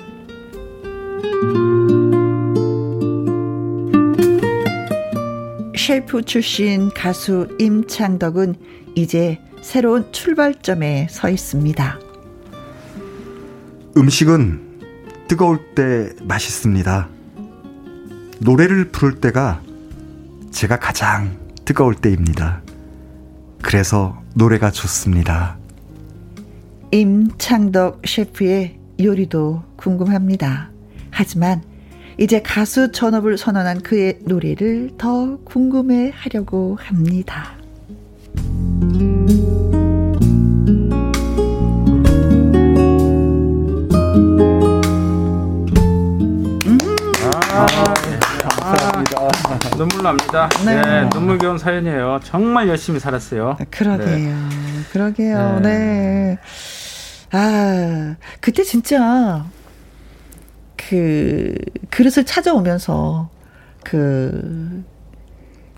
[SPEAKER 1] 셰프 출신 가수 임창덕은 이제 새로운 출발점에 서 있습니다.
[SPEAKER 7] 음식은 뜨거울 때 맛있습니다. 노래를 부를 때가 제가 가장 뜨거울 때입니다. 그래서 노래가 좋습니다.
[SPEAKER 1] 임창덕 셰프의 요리도 궁금합니다. 하지만 이제 가수 전업을 선언한 그의 노래를 더 궁금해 하려고 합니다.
[SPEAKER 5] 눈물 납니다.
[SPEAKER 1] 네.
[SPEAKER 5] 아, 네. 눈물겨운 사연이에요. 정말 열심히 살았어요.
[SPEAKER 1] 아, 그러게요. 네. 그러게요. 네. 아, 그때 진짜 그 그릇을 찾아오면서 그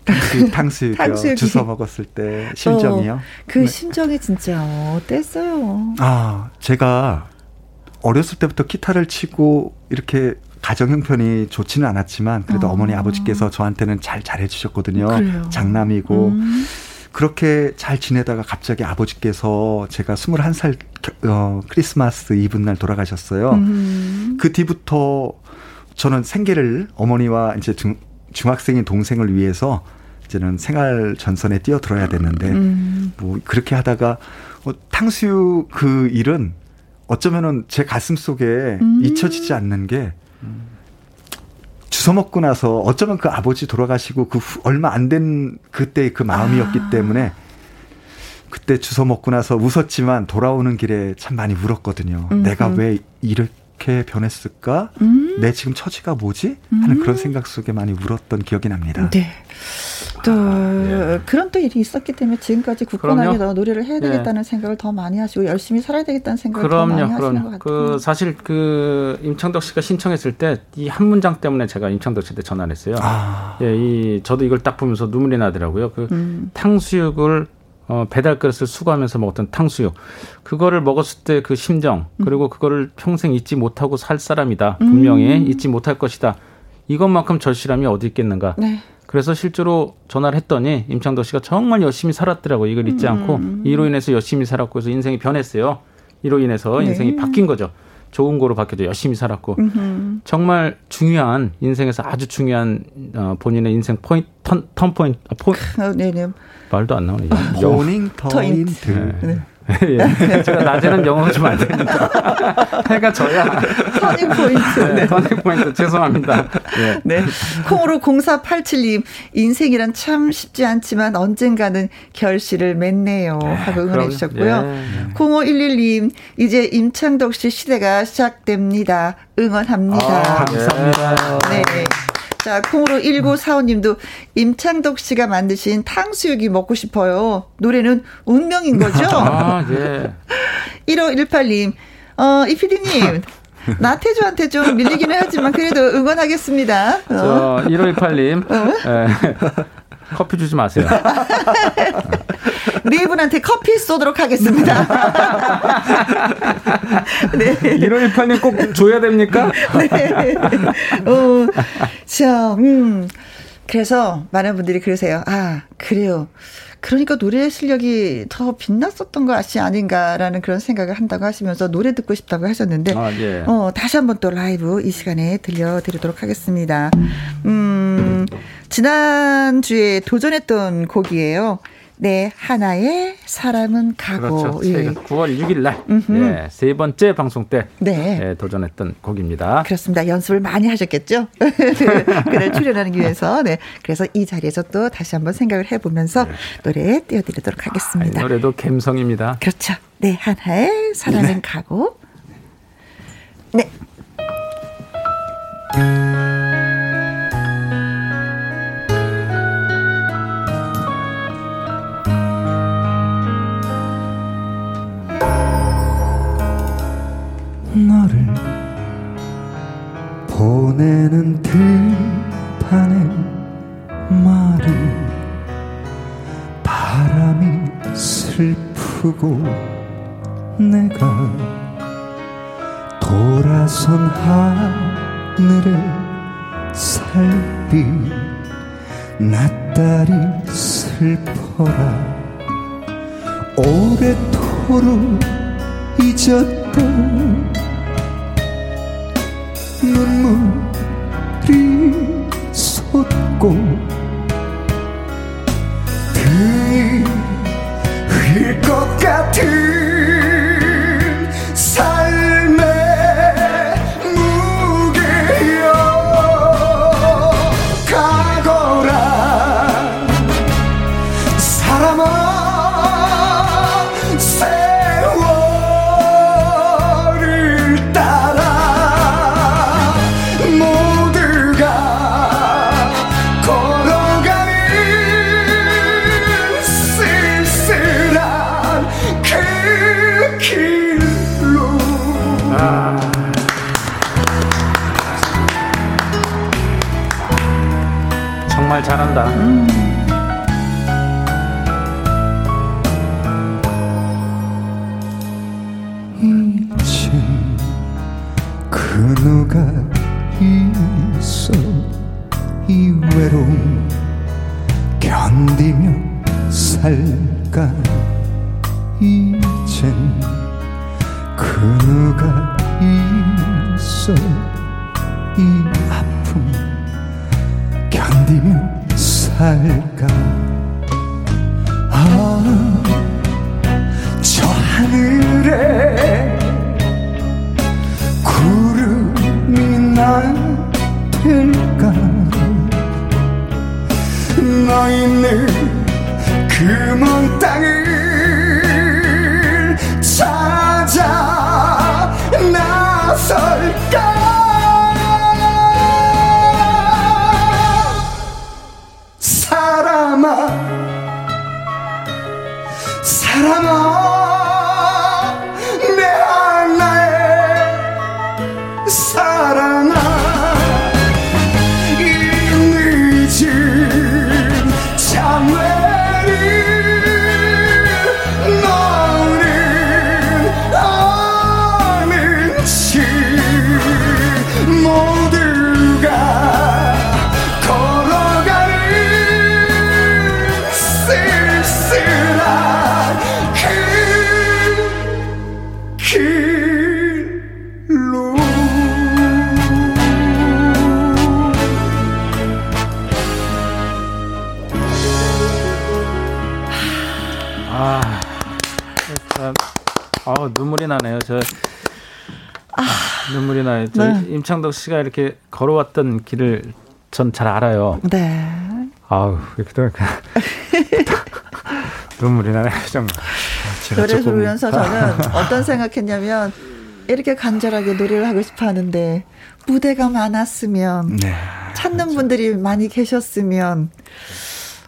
[SPEAKER 7] 그 탕수육이요.
[SPEAKER 1] 탕수육이.
[SPEAKER 7] 주워 먹었을 때 심정이요.
[SPEAKER 1] 어, 그
[SPEAKER 5] 네.
[SPEAKER 1] 심정이 진짜 어땠어요?
[SPEAKER 7] 아, 제가 어렸을 때부터 기타를 치고 이렇게 가정 형편이 좋지는 않았지만 그래도 어. 머니 아버지께서 저한테는 잘 잘해 주셨거든요.
[SPEAKER 1] 그래요.
[SPEAKER 5] 뭐,
[SPEAKER 1] 음.
[SPEAKER 7] 장남이고 그렇게 잘 지내다가 갑자기 아버지께서 제가 21살 겨- 어, 크리스마스 이브날 돌아가셨어요.
[SPEAKER 1] 음.
[SPEAKER 7] 그 뒤부터 저는 생계를 어머니와 이제 중, 중학생인 동생을 위해서 이제는 생활 전선에 뛰어들어야
[SPEAKER 5] 네.
[SPEAKER 7] 됐는데
[SPEAKER 1] 음.
[SPEAKER 7] 뭐 그렇게 하다가 어, 탕수육 그 일은 어쩌면은 제 가슴 속에
[SPEAKER 1] 음.
[SPEAKER 7] 잊혀지지 않는 게 주워 먹고 나서 어쩌면 그 아버지 돌아가시고 그 후- 얼마 안 된 그때 그 마음이었기
[SPEAKER 1] 아.
[SPEAKER 7] 때문에 그때 주워 먹고 나서 웃었지만 돌아오는 길에 참 많이 울었거든요. 내가 왜 이렇게 변했을까?
[SPEAKER 1] 음.
[SPEAKER 7] 내 지금 처지가 뭐지? 하는 그런 생각 속에 많이 울었던 기억이
[SPEAKER 5] 아,
[SPEAKER 7] 납니다.
[SPEAKER 1] 네. 또 그런 또 일이 있었기 때문에 지금까지 굳건하게
[SPEAKER 5] 네.
[SPEAKER 1] 더
[SPEAKER 5] 그럼요.
[SPEAKER 1] 노래를 해야
[SPEAKER 5] 네.
[SPEAKER 1] 되겠다는 생각을 더 많이 하시고 열심히 살아야 되겠다는 생각을 더 많이
[SPEAKER 5] 그럼요,
[SPEAKER 1] 하시는 것
[SPEAKER 5] 그럼요.
[SPEAKER 1] 같아요.
[SPEAKER 5] 그 사실 그 임창덕 씨가 신청했을 때 이 한 문장 때문에 제가 임창덕 씨한테 전화를 했어요. 예, 이 저도 이걸 딱 보면서 눈물이 나더라고요. 그
[SPEAKER 1] 음.
[SPEAKER 5] 탕수육을 어, 배달 그릇을 수거하면서 먹었던 탕수육 그거를 먹었을 때 그 심정
[SPEAKER 1] 음.
[SPEAKER 5] 그리고 그거를 평생 잊지 못하고 살 사람이다 분명히 잊지 못할 것이다 이것만큼 절실함이 어디 있겠는가
[SPEAKER 1] 네.
[SPEAKER 5] 그래서 실제로 전화를 했더니 임창덕 씨가 정말 열심히 살았더라고요. 이걸 잊지 않고 이로 인해서 열심히 살았고 해서 인생이 변했어요. 이로 인해서 인생이 바뀐 거죠. 좋은 거로 바뀌어서 열심히 살았고
[SPEAKER 1] 음.
[SPEAKER 5] 정말 중요한 인생에서 아주 중요한 어, 본인의 인생 포인트 턴, 턴 포인트 아, 포,
[SPEAKER 1] 아, 네네.
[SPEAKER 5] 뭐. 말도 안 나오네. 이게.
[SPEAKER 7] 모닝 터인트.
[SPEAKER 1] 네.
[SPEAKER 5] 예. 제가 낮에는 영어가 좀 안 되니까 해가 져야
[SPEAKER 1] 터닝 포인트.
[SPEAKER 5] 네,
[SPEAKER 1] 네.
[SPEAKER 5] 터닝 포인트 죄송합니다. 예.
[SPEAKER 1] 네. 콩으로 0487님, 인생이란 참 쉽지 않지만 언젠가는 결실을 맺네요. 하고 응원해
[SPEAKER 5] 그럼요.
[SPEAKER 1] 주셨고요.
[SPEAKER 5] 예.
[SPEAKER 1] 0511님, 이제 임창덕 씨 시대가 시작됩니다. 응원합니다.
[SPEAKER 5] 감사합니다.
[SPEAKER 1] 네. 자, 콩으로 1945님도 임창덕 씨가 만드신 탕수육이 먹고 싶어요. 노래는 운명인 거죠?
[SPEAKER 5] 아, 예.
[SPEAKER 1] 1518님, 어, 이 PD님. 나태주한테 좀 밀리기는 하지만 그래도 응원하겠습니다. 어. 아,
[SPEAKER 5] 저 1518님. 예. 커피 주지 마세요.
[SPEAKER 1] 네 분한테 커피 쏘도록 하겠습니다. 네.
[SPEAKER 5] 1518님 꼭 줘야 됩니까?
[SPEAKER 1] 네. 어, 자, 음. 그래서 많은 분들이 그러세요. 아, 그래요. 그러니까 노래 실력이 더 빛났었던 것이 아닌가라는 그런 생각을 한다고 하시면서 노래 듣고 싶다고 하셨는데,
[SPEAKER 5] 아, 예.
[SPEAKER 1] 어, 다시 한번 또 라이브 이 시간에 들려드리도록 하겠습니다. 음, 지난주에 도전했던 곡이에요. 네, 하나의 사람은 가고.
[SPEAKER 5] 그렇죠.
[SPEAKER 1] 예.
[SPEAKER 5] 저희가 9월 6일 날,
[SPEAKER 1] 음흠.
[SPEAKER 5] 예, 세 번째 방송 때
[SPEAKER 1] 네.
[SPEAKER 5] 예, 도전했던 곡입니다.
[SPEAKER 1] 그렇습니다. 연습을 많이 하셨겠죠? 그날 출연하는 위해서. 네. 그래서 이 자리에서 또 다시 한번 생각을 해보면서 노래 띄워드리도록
[SPEAKER 5] 네. 아, 이
[SPEAKER 1] 하겠습니다.
[SPEAKER 5] 노래도 감성입니다.
[SPEAKER 1] 그렇죠. 네. 하나의 사랑은 가고. 네.
[SPEAKER 7] 너를 보내는 들판의 말은 바람이 슬프고 내가 돌아선 하늘의 살빛 낯달이 슬퍼라 오래도록 잊었던 눈물이 솟고 등이 흘릴 것 같은 삶의 무게여 가거라 사람아 세월을 따라 모두가 걸어가는 쓸쓸한 그 길로
[SPEAKER 5] 정말 잘한다.
[SPEAKER 1] 음.
[SPEAKER 7] 이젠 그 누가 있어 이 외로움 견디며 살까 이젠 그 누가 있어 이 아픔 견디며 살까 아 저 하늘에 구름이 날필까 너 있는 그 먼 땅을 찾아 나설까 사람아 사랑아 내 하나의 사랑아 이 늦은 잠에는 너는 아는지 모두가 걸어가는 쓸쓸한 그 길로
[SPEAKER 5] 저 눈물이 나요. 저
[SPEAKER 1] 아. 네.
[SPEAKER 5] 임창덕 씨가 이렇게 걸어왔던 길을 전 잘 알아요.
[SPEAKER 1] 네.
[SPEAKER 5] 아우 이렇게 또 이렇게 눈물이 나네 정말.
[SPEAKER 1] 노래 부르면서 저는 어떤 생각했냐면 이렇게 간절하게 노래를 하고 싶어 하는데 무대가 많았으면
[SPEAKER 7] 네.
[SPEAKER 1] 찾는
[SPEAKER 5] 그렇죠.
[SPEAKER 1] 분들이 많이 계셨으면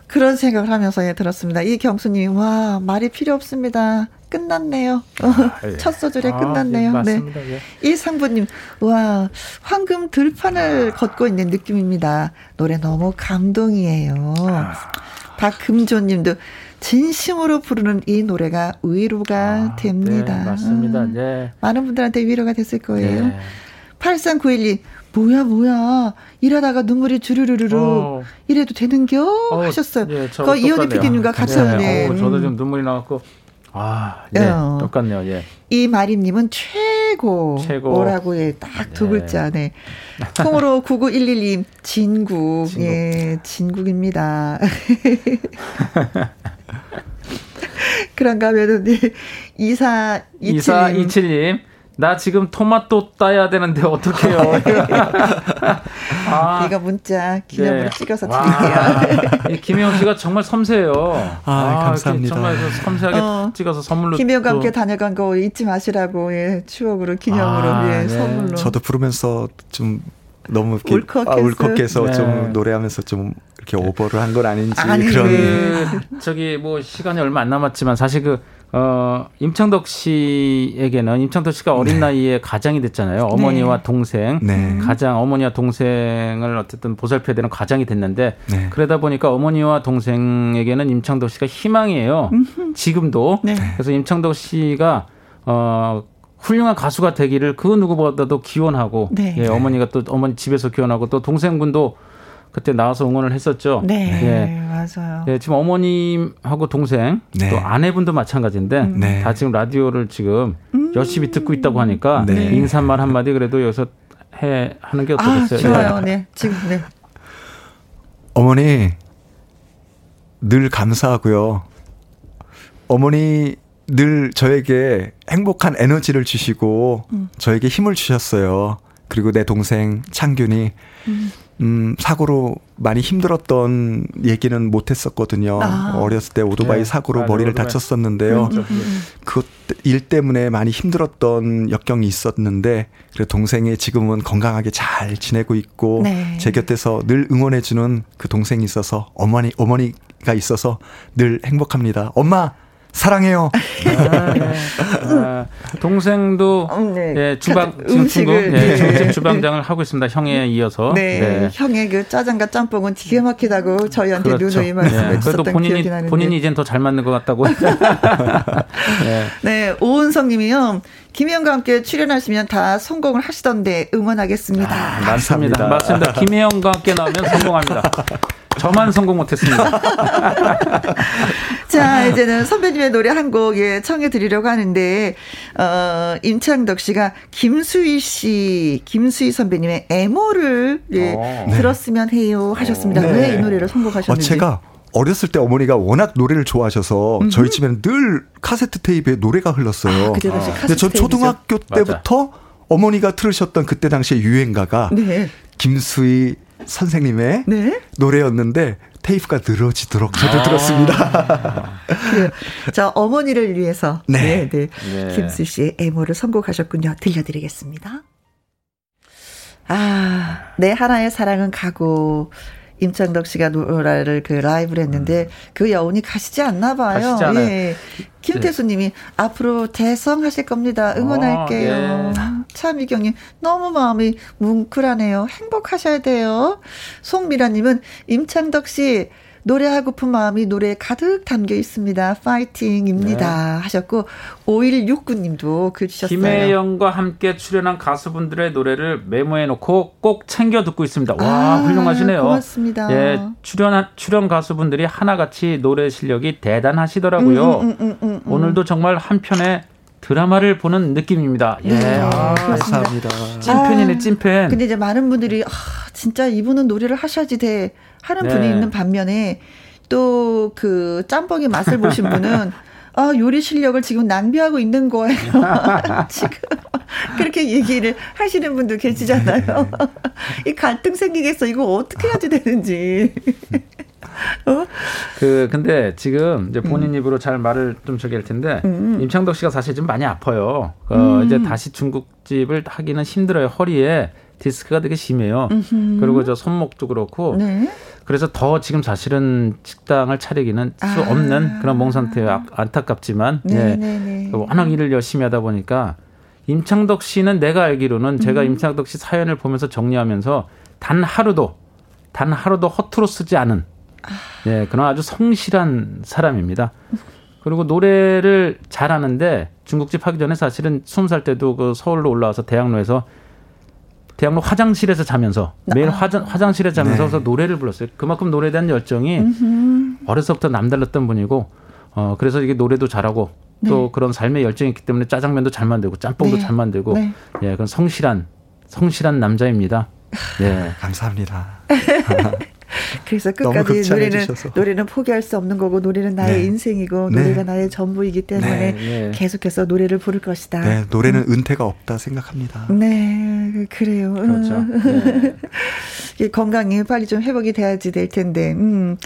[SPEAKER 1] 그런 생각을 하면서 예, 들었습니다. 이경수님, 와, 말이 필요 없습니다. 끝났네요. 첫 소절에
[SPEAKER 5] 아,
[SPEAKER 1] 끝났네요.
[SPEAKER 5] 예,
[SPEAKER 1] 네.
[SPEAKER 5] 맞습니다. 예.
[SPEAKER 1] 이상부님, 와, 황금 들판을
[SPEAKER 5] 아.
[SPEAKER 1] 걷고 있는 느낌입니다. 노래 너무 감동이에요.
[SPEAKER 5] 아.
[SPEAKER 1] 박금조님도 진심으로 부르는 이 노래가 위로가
[SPEAKER 5] 아,
[SPEAKER 1] 됩니다.
[SPEAKER 5] 네, 맞습니다.
[SPEAKER 1] 음,
[SPEAKER 5] 네.
[SPEAKER 1] 많은 분들한테 위로가 됐을 거예요.
[SPEAKER 5] 네.
[SPEAKER 1] 83912, 뭐야, 뭐야. 일하다가 눈물이 주르르르르.
[SPEAKER 5] 어.
[SPEAKER 1] 이래도 되는겨?
[SPEAKER 5] 어,
[SPEAKER 1] 하셨어요.
[SPEAKER 5] 예, 저하고
[SPEAKER 1] 그거 이현희
[SPEAKER 5] 똑같네요.
[SPEAKER 1] PD님과 같이
[SPEAKER 5] 네,
[SPEAKER 1] 하네.
[SPEAKER 5] 어우, 저도
[SPEAKER 1] 음.
[SPEAKER 5] 지금 눈물이 나갖고 아, 예,
[SPEAKER 1] 예.
[SPEAKER 5] 똑같네요. 예.
[SPEAKER 1] 이마림님은 최고.
[SPEAKER 5] 최고.
[SPEAKER 1] 오라고, 예, 딱 두
[SPEAKER 5] 예.
[SPEAKER 1] 글자, 네. 콩으로 99112, 진국.
[SPEAKER 5] 진국.
[SPEAKER 1] 예, 진국입니다. 그런가 하면은, 예, 이사,
[SPEAKER 5] 이사
[SPEAKER 1] 이칠님.
[SPEAKER 5] 이칠님. 나 지금 토마토 따야 되는데 어떡해요? 아,
[SPEAKER 1] 이거 문자 기념으로
[SPEAKER 5] 네.
[SPEAKER 1] 찍어서
[SPEAKER 5] 와,
[SPEAKER 1] 드릴게요.
[SPEAKER 5] 이 김혜영 씨가 정말 섬세해요. 아,
[SPEAKER 7] 네, 감사합니다.
[SPEAKER 5] 정말 그 섬세하게
[SPEAKER 1] 어.
[SPEAKER 5] 찍어서 선물로.
[SPEAKER 1] 김혜영과
[SPEAKER 5] 또-
[SPEAKER 1] 함께 다녀간 거 잊지 마시라고, 예, 추억으로, 기념으로,
[SPEAKER 5] 아,
[SPEAKER 1] 예,
[SPEAKER 5] 네.
[SPEAKER 1] 선물로.
[SPEAKER 7] 저도 부르면서 좀 너무 이렇게
[SPEAKER 1] 울컥했어요.
[SPEAKER 7] 아, 울컥해서
[SPEAKER 5] 네.
[SPEAKER 7] 좀 노래하면서 좀 이렇게 오버를 한 건 아닌지
[SPEAKER 1] 아니,
[SPEAKER 7] 그런
[SPEAKER 1] 네.
[SPEAKER 5] 그 저기 뭐 시간이 얼마 안 남았지만 사실 그 어, 임창덕 씨에게는 임창덕 씨가
[SPEAKER 1] 네.
[SPEAKER 5] 어린 나이에 가장이 됐잖아요. 어머니와 동생,
[SPEAKER 7] 네.
[SPEAKER 5] 가장 어머니와 동생을 어쨌든 보살펴야 되는 가장이 됐는데
[SPEAKER 7] 네.
[SPEAKER 5] 그러다 보니까 어머니와 동생에게는 임창덕 씨가 희망이에요. 지금도
[SPEAKER 1] 네.
[SPEAKER 5] 그래서 임창덕 씨가 어 훌륭한 가수가 되기를 그 누구보다도 기원하고
[SPEAKER 1] 네.
[SPEAKER 5] 예, 어머니가 또 어머니 집에서 기원하고 또 동생분도 그때 나와서 응원을 했었죠.
[SPEAKER 1] 네,
[SPEAKER 5] 예.
[SPEAKER 1] 맞아요.
[SPEAKER 5] 예, 지금 어머님하고 동생
[SPEAKER 7] 네.
[SPEAKER 5] 또 아내분도 마찬가지인데
[SPEAKER 1] 음.
[SPEAKER 7] 네.
[SPEAKER 5] 다 지금 라디오를 지금 열심히 듣고 있다고 하니까
[SPEAKER 7] 네.
[SPEAKER 5] 인사말 한마디 그래도 여기서 해 하는 게
[SPEAKER 1] 아,
[SPEAKER 5] 어떠겠어요?
[SPEAKER 1] 좋아요, 네. 지금, 네.
[SPEAKER 7] 어머니 늘 감사하고요. 어머니 늘 저에게 행복한 에너지를 주시고 저에게 힘을 주셨어요. 그리고 내 동생 창균이 음, 사고로 많이 힘들었던 얘기는 못했었거든요.
[SPEAKER 1] 아.
[SPEAKER 7] 어렸을 때 오토바이
[SPEAKER 5] 네.
[SPEAKER 7] 사고로
[SPEAKER 5] 아,
[SPEAKER 7] 머리를
[SPEAKER 5] 오토바이.
[SPEAKER 7] 다쳤었는데요.
[SPEAKER 1] 그렇죠. 예.
[SPEAKER 7] 그것 일 때문에 많이 힘들었던 역경이 있었는데 그래 동생이 지금은 건강하게 잘 지내고 있고
[SPEAKER 1] 네.
[SPEAKER 7] 제 곁에서 늘 응원해 주는 그 동생이 있어서 어머니 어머니가 있어서 늘 행복합니다. 엄마 사랑해요.
[SPEAKER 5] 아, 동생도
[SPEAKER 1] 음, 네.
[SPEAKER 5] 예, 주방
[SPEAKER 1] 그
[SPEAKER 5] 지금 중국
[SPEAKER 1] 음식을,
[SPEAKER 5] 예,
[SPEAKER 1] 예.
[SPEAKER 5] 중국집 주방장을 하고 있습니다. 형에 이어서
[SPEAKER 1] 네,
[SPEAKER 5] 네.
[SPEAKER 1] 형의 그 짜장과 짬뽕은 기가 막히다고 저희한테
[SPEAKER 5] 그렇죠.
[SPEAKER 1] 누누이 말씀해
[SPEAKER 5] 예, 그래도
[SPEAKER 1] 주셨던 기억이
[SPEAKER 5] 본인이
[SPEAKER 1] 나는데.
[SPEAKER 5] 본인이 이젠 더 잘 맞는 것 같다고. 예.
[SPEAKER 1] 네, 오은성 님이요. 김혜영과 함께 출연하시면 다 성공을 하시던데 응원하겠습니다.
[SPEAKER 5] 아. 맞습니다. 맞습니다. 김혜영과 함께 나오면 성공합니다. 저만 성공 못했습니다.
[SPEAKER 1] 자, 이제는 선배님의 노래 한 곡 예, 청해 드리려고 하는데 어, 임창덕 씨가 김수희 씨, 김수희 선배님의 애모를 예,
[SPEAKER 5] 어.
[SPEAKER 1] 들었으면 해요 하셨습니다.
[SPEAKER 7] 네.
[SPEAKER 1] 왜 이 노래를
[SPEAKER 7] 어,
[SPEAKER 1] 선곡하셨는지.
[SPEAKER 7] 제가 어렸을 때 어머니가 워낙 노래를 좋아하셔서 저희 집에는 늘 카세트 테이프에 노래가 흘렀어요.
[SPEAKER 1] 아, 그때 당시
[SPEAKER 7] 근데 전
[SPEAKER 1] 카세트 테이프죠.
[SPEAKER 7] 초등학교
[SPEAKER 5] 맞아.
[SPEAKER 7] 때부터 어머니가 틀으셨던 그때 당시의 유행가가
[SPEAKER 1] 네.
[SPEAKER 7] 김수희 선생님의
[SPEAKER 1] 네.
[SPEAKER 7] 노래였는데 테이프가 늘어지도록 저도
[SPEAKER 1] 아.
[SPEAKER 7] 들었습니다.
[SPEAKER 1] 그래요. 자, 어머니를 위해서. 네,
[SPEAKER 7] 네.
[SPEAKER 1] 네.
[SPEAKER 5] 네.
[SPEAKER 1] 김수 씨의 애모를 선곡하셨군요. 들려드리겠습니다. 아, 내 하나의 사랑은 가고. 임창덕 씨가 노래를 그 라이브를 했는데 그 여운이 가시지 않나 봐요.
[SPEAKER 5] 음. 가시지 않아요.
[SPEAKER 1] 예. 김태수 님이 앞으로 대성하실
[SPEAKER 5] 어,
[SPEAKER 1] 겁니다.
[SPEAKER 5] 예.
[SPEAKER 1] 응원할게요. 차미경 님 너무 마음이 뭉클하네요. 행복하셔야 돼요. 송미라 님은 임창덕 씨 노래하고픈 마음이 노래에 가득 담겨 있습니다. 파이팅입니다. 하셨고 5169 님도 글 주셨어요.
[SPEAKER 5] 네. 김혜영과 함께 출연한 가수분들의 노래를 메모해 놓고 꼭 챙겨 듣고 있습니다. 와,
[SPEAKER 1] 아,
[SPEAKER 5] 훌륭하시네요.
[SPEAKER 1] 고맙습니다.
[SPEAKER 5] 예, 출연 출연 가수분들이 하나같이 노래 실력이 대단하시더라고요.
[SPEAKER 1] 음, 음, 음, 음.
[SPEAKER 5] 오늘도 정말 한 편의 드라마를 보는 느낌입니다. 예.
[SPEAKER 1] 네,
[SPEAKER 5] 아,
[SPEAKER 7] 감사합니다.
[SPEAKER 5] 찐팬이네, 찐팬.
[SPEAKER 1] 아, 근데 이제 많은 분들이 아, 진짜 이분은 노래를 하셔야지 돼 하는
[SPEAKER 5] 네.
[SPEAKER 1] 분이 있는 반면에 또 그 짬뽕의 맛을 보신 분은 아, 요리 실력을 지금 낭비하고 있는 거예요. 지금 그렇게 얘기를 하시는 분도 계시잖아요.
[SPEAKER 7] 네.
[SPEAKER 1] 이 갈등 생기겠어. 이거 어떻게 해야지 되는지. 어?
[SPEAKER 5] 그 근데 지금 이제 본인
[SPEAKER 1] 음.
[SPEAKER 5] 입으로 잘 말을 좀 저기 할 텐데 임창덕 씨가 사실 좀 많이 아파요. 어,
[SPEAKER 1] 음.
[SPEAKER 5] 이제 다시 중국집을 하기는 힘들어요. 허리에 디스크가 되게 심해요. 그리고 저 손목도 그렇고
[SPEAKER 1] 네.
[SPEAKER 5] 그래서 더 지금 사실은 식당을 차리기는 수
[SPEAKER 1] 아.
[SPEAKER 5] 없는 그런 몸 상태예요. 아- 안타깝지만
[SPEAKER 1] 네,
[SPEAKER 5] 예.
[SPEAKER 1] 네, 네.
[SPEAKER 5] 워낙 일을 열심히 하다 보니까 임창덕 씨는 내가 알기로는 제가 임창덕 씨 사연을 보면서 정리하면서 단 하루도 단 하루도 허투루 쓰지 않은 예 그런 아주 성실한 사람입니다. 그리고 노래를 잘하는데 중국집 하기 전에 사실은 스무 살 때도 그 서울로 올라와서 대학로에서 대학로 화장실에서 자면서 매일 화장, 화장실에 자면서 그래서 노래를 불렀어요. 그만큼 노래에 대한 열정이 어려서부터 남달랐던 분이고 어 그래서 이게 노래도 잘하고 또 그런 삶의 열정이 있기 때문에 짜장면도 잘 만들고 짬뽕도
[SPEAKER 1] 네.
[SPEAKER 5] 잘 만들고
[SPEAKER 1] 네.
[SPEAKER 5] 예 그런 성실한 성실한 남자입니다. 예.
[SPEAKER 7] 감사합니다.
[SPEAKER 1] 그래서
[SPEAKER 7] 너무
[SPEAKER 1] 끝까지
[SPEAKER 7] 극찬해
[SPEAKER 1] 노래는
[SPEAKER 7] 주셔서.
[SPEAKER 1] 노래는 포기할 수 없는 거고 노래는 나의
[SPEAKER 7] 네.
[SPEAKER 1] 인생이고
[SPEAKER 7] 네.
[SPEAKER 1] 노래가 나의 전부이기 때문에
[SPEAKER 5] 네, 네.
[SPEAKER 1] 계속해서 노래를 부를 것이다.
[SPEAKER 7] 네, 노래는 은퇴가 없다 생각합니다.
[SPEAKER 1] 네, 그래요.
[SPEAKER 5] 아.
[SPEAKER 1] 음,
[SPEAKER 5] 그렇죠. 예.
[SPEAKER 1] 이 건강이 빨리 좀 회복이 돼야지 될 텐데. 음.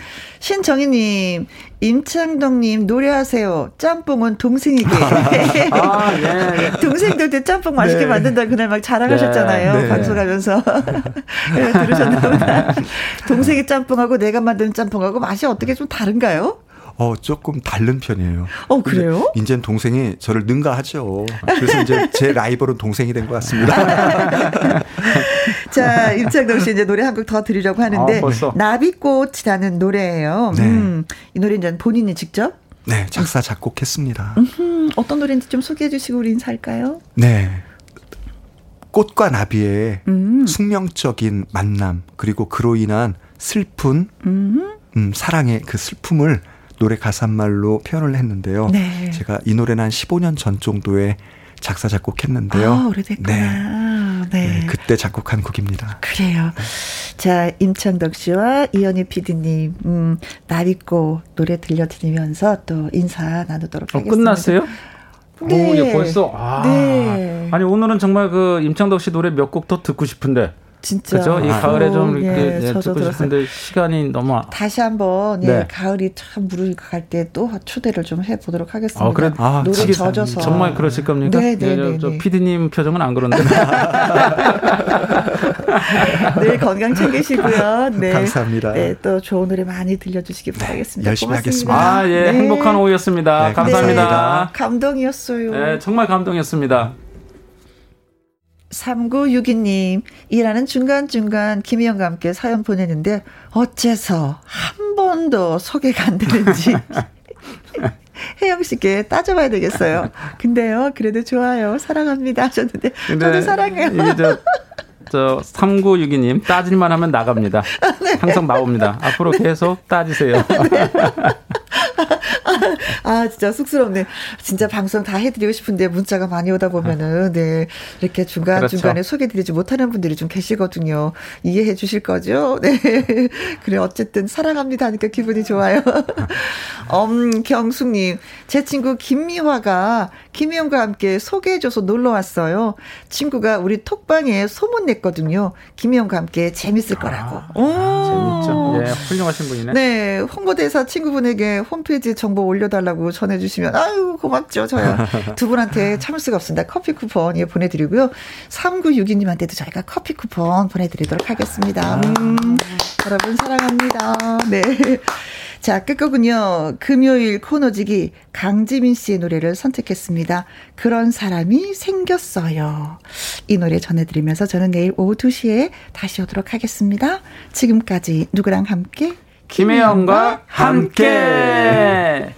[SPEAKER 1] 신정희님, 임창덕님 노래하세요. 짬뽕은 동생에게.
[SPEAKER 5] 아, 예, 예.
[SPEAKER 1] 동생들 때 짬뽕
[SPEAKER 5] 네.
[SPEAKER 1] 맛있게 만든다 그날 막 자랑하셨잖아요
[SPEAKER 7] 네. 네.
[SPEAKER 1] 방송하면서
[SPEAKER 5] 네.
[SPEAKER 1] 예, 들으셨나보다 동생이 짬뽕하고 내가 만든 짬뽕하고 맛이 어떻게 좀 다른가요?
[SPEAKER 7] 어, 조금 다른 편이에요.
[SPEAKER 1] 어, 그래요?
[SPEAKER 7] 이제 이제는 동생이 저를 능가하죠. 그래서 이제 제 라이벌은 동생이 된 것 같습니다.
[SPEAKER 1] 자, 임창동 씨 이제 노래 한 곡 더 드리려고 하는데
[SPEAKER 5] 아, 벌써?
[SPEAKER 1] 나비꽃이라는 노래예요.
[SPEAKER 7] 네.
[SPEAKER 1] 음, 이 노래 이제 본인이 직접
[SPEAKER 7] 네, 작사 작곡했습니다.
[SPEAKER 1] 음, 어떤 노래인지 좀 소개해 주시고 우리 인사할까요?
[SPEAKER 7] 네. 꽃과 나비의
[SPEAKER 1] 음.
[SPEAKER 7] 숙명적인 만남 그리고 그로 인한 슬픈 음, 사랑의 그 슬픔을 노래 가사말로 표현을 했는데요.
[SPEAKER 1] 네.
[SPEAKER 7] 제가 이 노래는 한 15년 전 정도에 작사 작곡했는데요.
[SPEAKER 1] 아, 오래됐구나. 네.
[SPEAKER 7] 네, 그때 작곡한 곡입니다.
[SPEAKER 1] 그래요.
[SPEAKER 5] 네.
[SPEAKER 1] 자, 임창덕 씨와 이현희 PD님, 음, 나비꽃 노래 들려드리면서 또 인사 나누도록
[SPEAKER 5] 어,
[SPEAKER 1] 하겠습니다.
[SPEAKER 5] 끝났어요?
[SPEAKER 1] 네.
[SPEAKER 5] 오, 예, 벌써. 아.
[SPEAKER 1] 네.
[SPEAKER 5] 아니 오늘은 정말 그 임창덕 씨 노래 몇 곡 더 듣고 싶은데
[SPEAKER 1] 진짜.
[SPEAKER 5] 그죠? 이
[SPEAKER 1] 아,
[SPEAKER 5] 가을에 좀
[SPEAKER 1] 예,
[SPEAKER 5] 이렇게 예,
[SPEAKER 1] 저도
[SPEAKER 5] 듣고
[SPEAKER 1] 들었어요.
[SPEAKER 5] 싶은데 시간이 너무 아-
[SPEAKER 1] 다시 한번 예,
[SPEAKER 5] 네.
[SPEAKER 1] 가을이 참 무르익 갈때 또 초대를 좀 해보도록 하겠습니다.
[SPEAKER 5] 아, 그래?
[SPEAKER 7] 아,
[SPEAKER 1] 노래
[SPEAKER 7] 지게-
[SPEAKER 1] 젖어서
[SPEAKER 5] 정말 그러실 겁니까?
[SPEAKER 1] 네, 네,
[SPEAKER 5] 예, 저-
[SPEAKER 1] 네,
[SPEAKER 5] 저
[SPEAKER 1] 네.
[SPEAKER 5] 피디님 표정은 안 그런데.
[SPEAKER 1] 늘 건강 챙기시고요. 네.
[SPEAKER 7] 감사합니다.
[SPEAKER 1] 네, 또 좋은 노래 많이 들려주시기 바라겠습니다.
[SPEAKER 7] 열심히
[SPEAKER 1] 고맙습니다.
[SPEAKER 5] 네, 아, 예.
[SPEAKER 1] 네.
[SPEAKER 5] 행복한 오후였습니다.
[SPEAKER 7] 네,
[SPEAKER 1] 네,
[SPEAKER 5] 감사합니다.
[SPEAKER 1] 감동이었어요.
[SPEAKER 5] 예, 정말 감동이었습니다.
[SPEAKER 1] 3962님, 일하는 중간중간 김희영과 함께 사연 보내는데, 어째서 한 번도 소개가 안 되는지. 혜영 씨께 따져봐야 되겠어요. 근데요, 그래도 좋아요. 사랑합니다. 하셨는데, 저도 사랑해요.
[SPEAKER 5] 이게 저, 저 3962님 따질만 하면 나갑니다. 항상 나옵니다. 앞으로 계속 따지세요.
[SPEAKER 1] 아, 진짜 쑥스럽네. 진짜 방송 다 해드리고 싶은데, 문자가 많이 오다 보면은, 네. 이렇게 중간중간에
[SPEAKER 5] 그렇죠.
[SPEAKER 1] 소개드리지 못하는 분들이 좀 계시거든요. 이해해 주실 거죠? 네. 그래, 어쨌든 사랑합니다 하니까 기분이 좋아요. 엄경숙님, 제 친구 김미화가 김희영과 함께 소개해줘서 놀러 왔어요. 친구가 우리 톡방에 소문 냈거든요. 김희영과 함께 재밌을 거라고. 오.
[SPEAKER 5] 아, 재밌죠? 예, 훌륭하신 분이네.
[SPEAKER 1] 네, 홍보대사 친구분에게 홈페이지 정보 올려달라고 전해주시면 아유 고맙죠 저요 두 분한테 참을 수가 없습니다 커피 쿠폰 예 보내드리고요 3962님한테도 저희가 커피 쿠폰 보내드리도록 하겠습니다 음, 여러분 사랑합니다 네. 네자 끝곡은요 금요일 코너지기 강지민 씨의 노래를 선택했습니다 그런 사람이 생겼어요 이 노래 전해드리면서 저는 내일 오후 2시에 다시 오도록 하겠습니다 지금까지 누구랑 함께
[SPEAKER 5] 김혜영과 함께.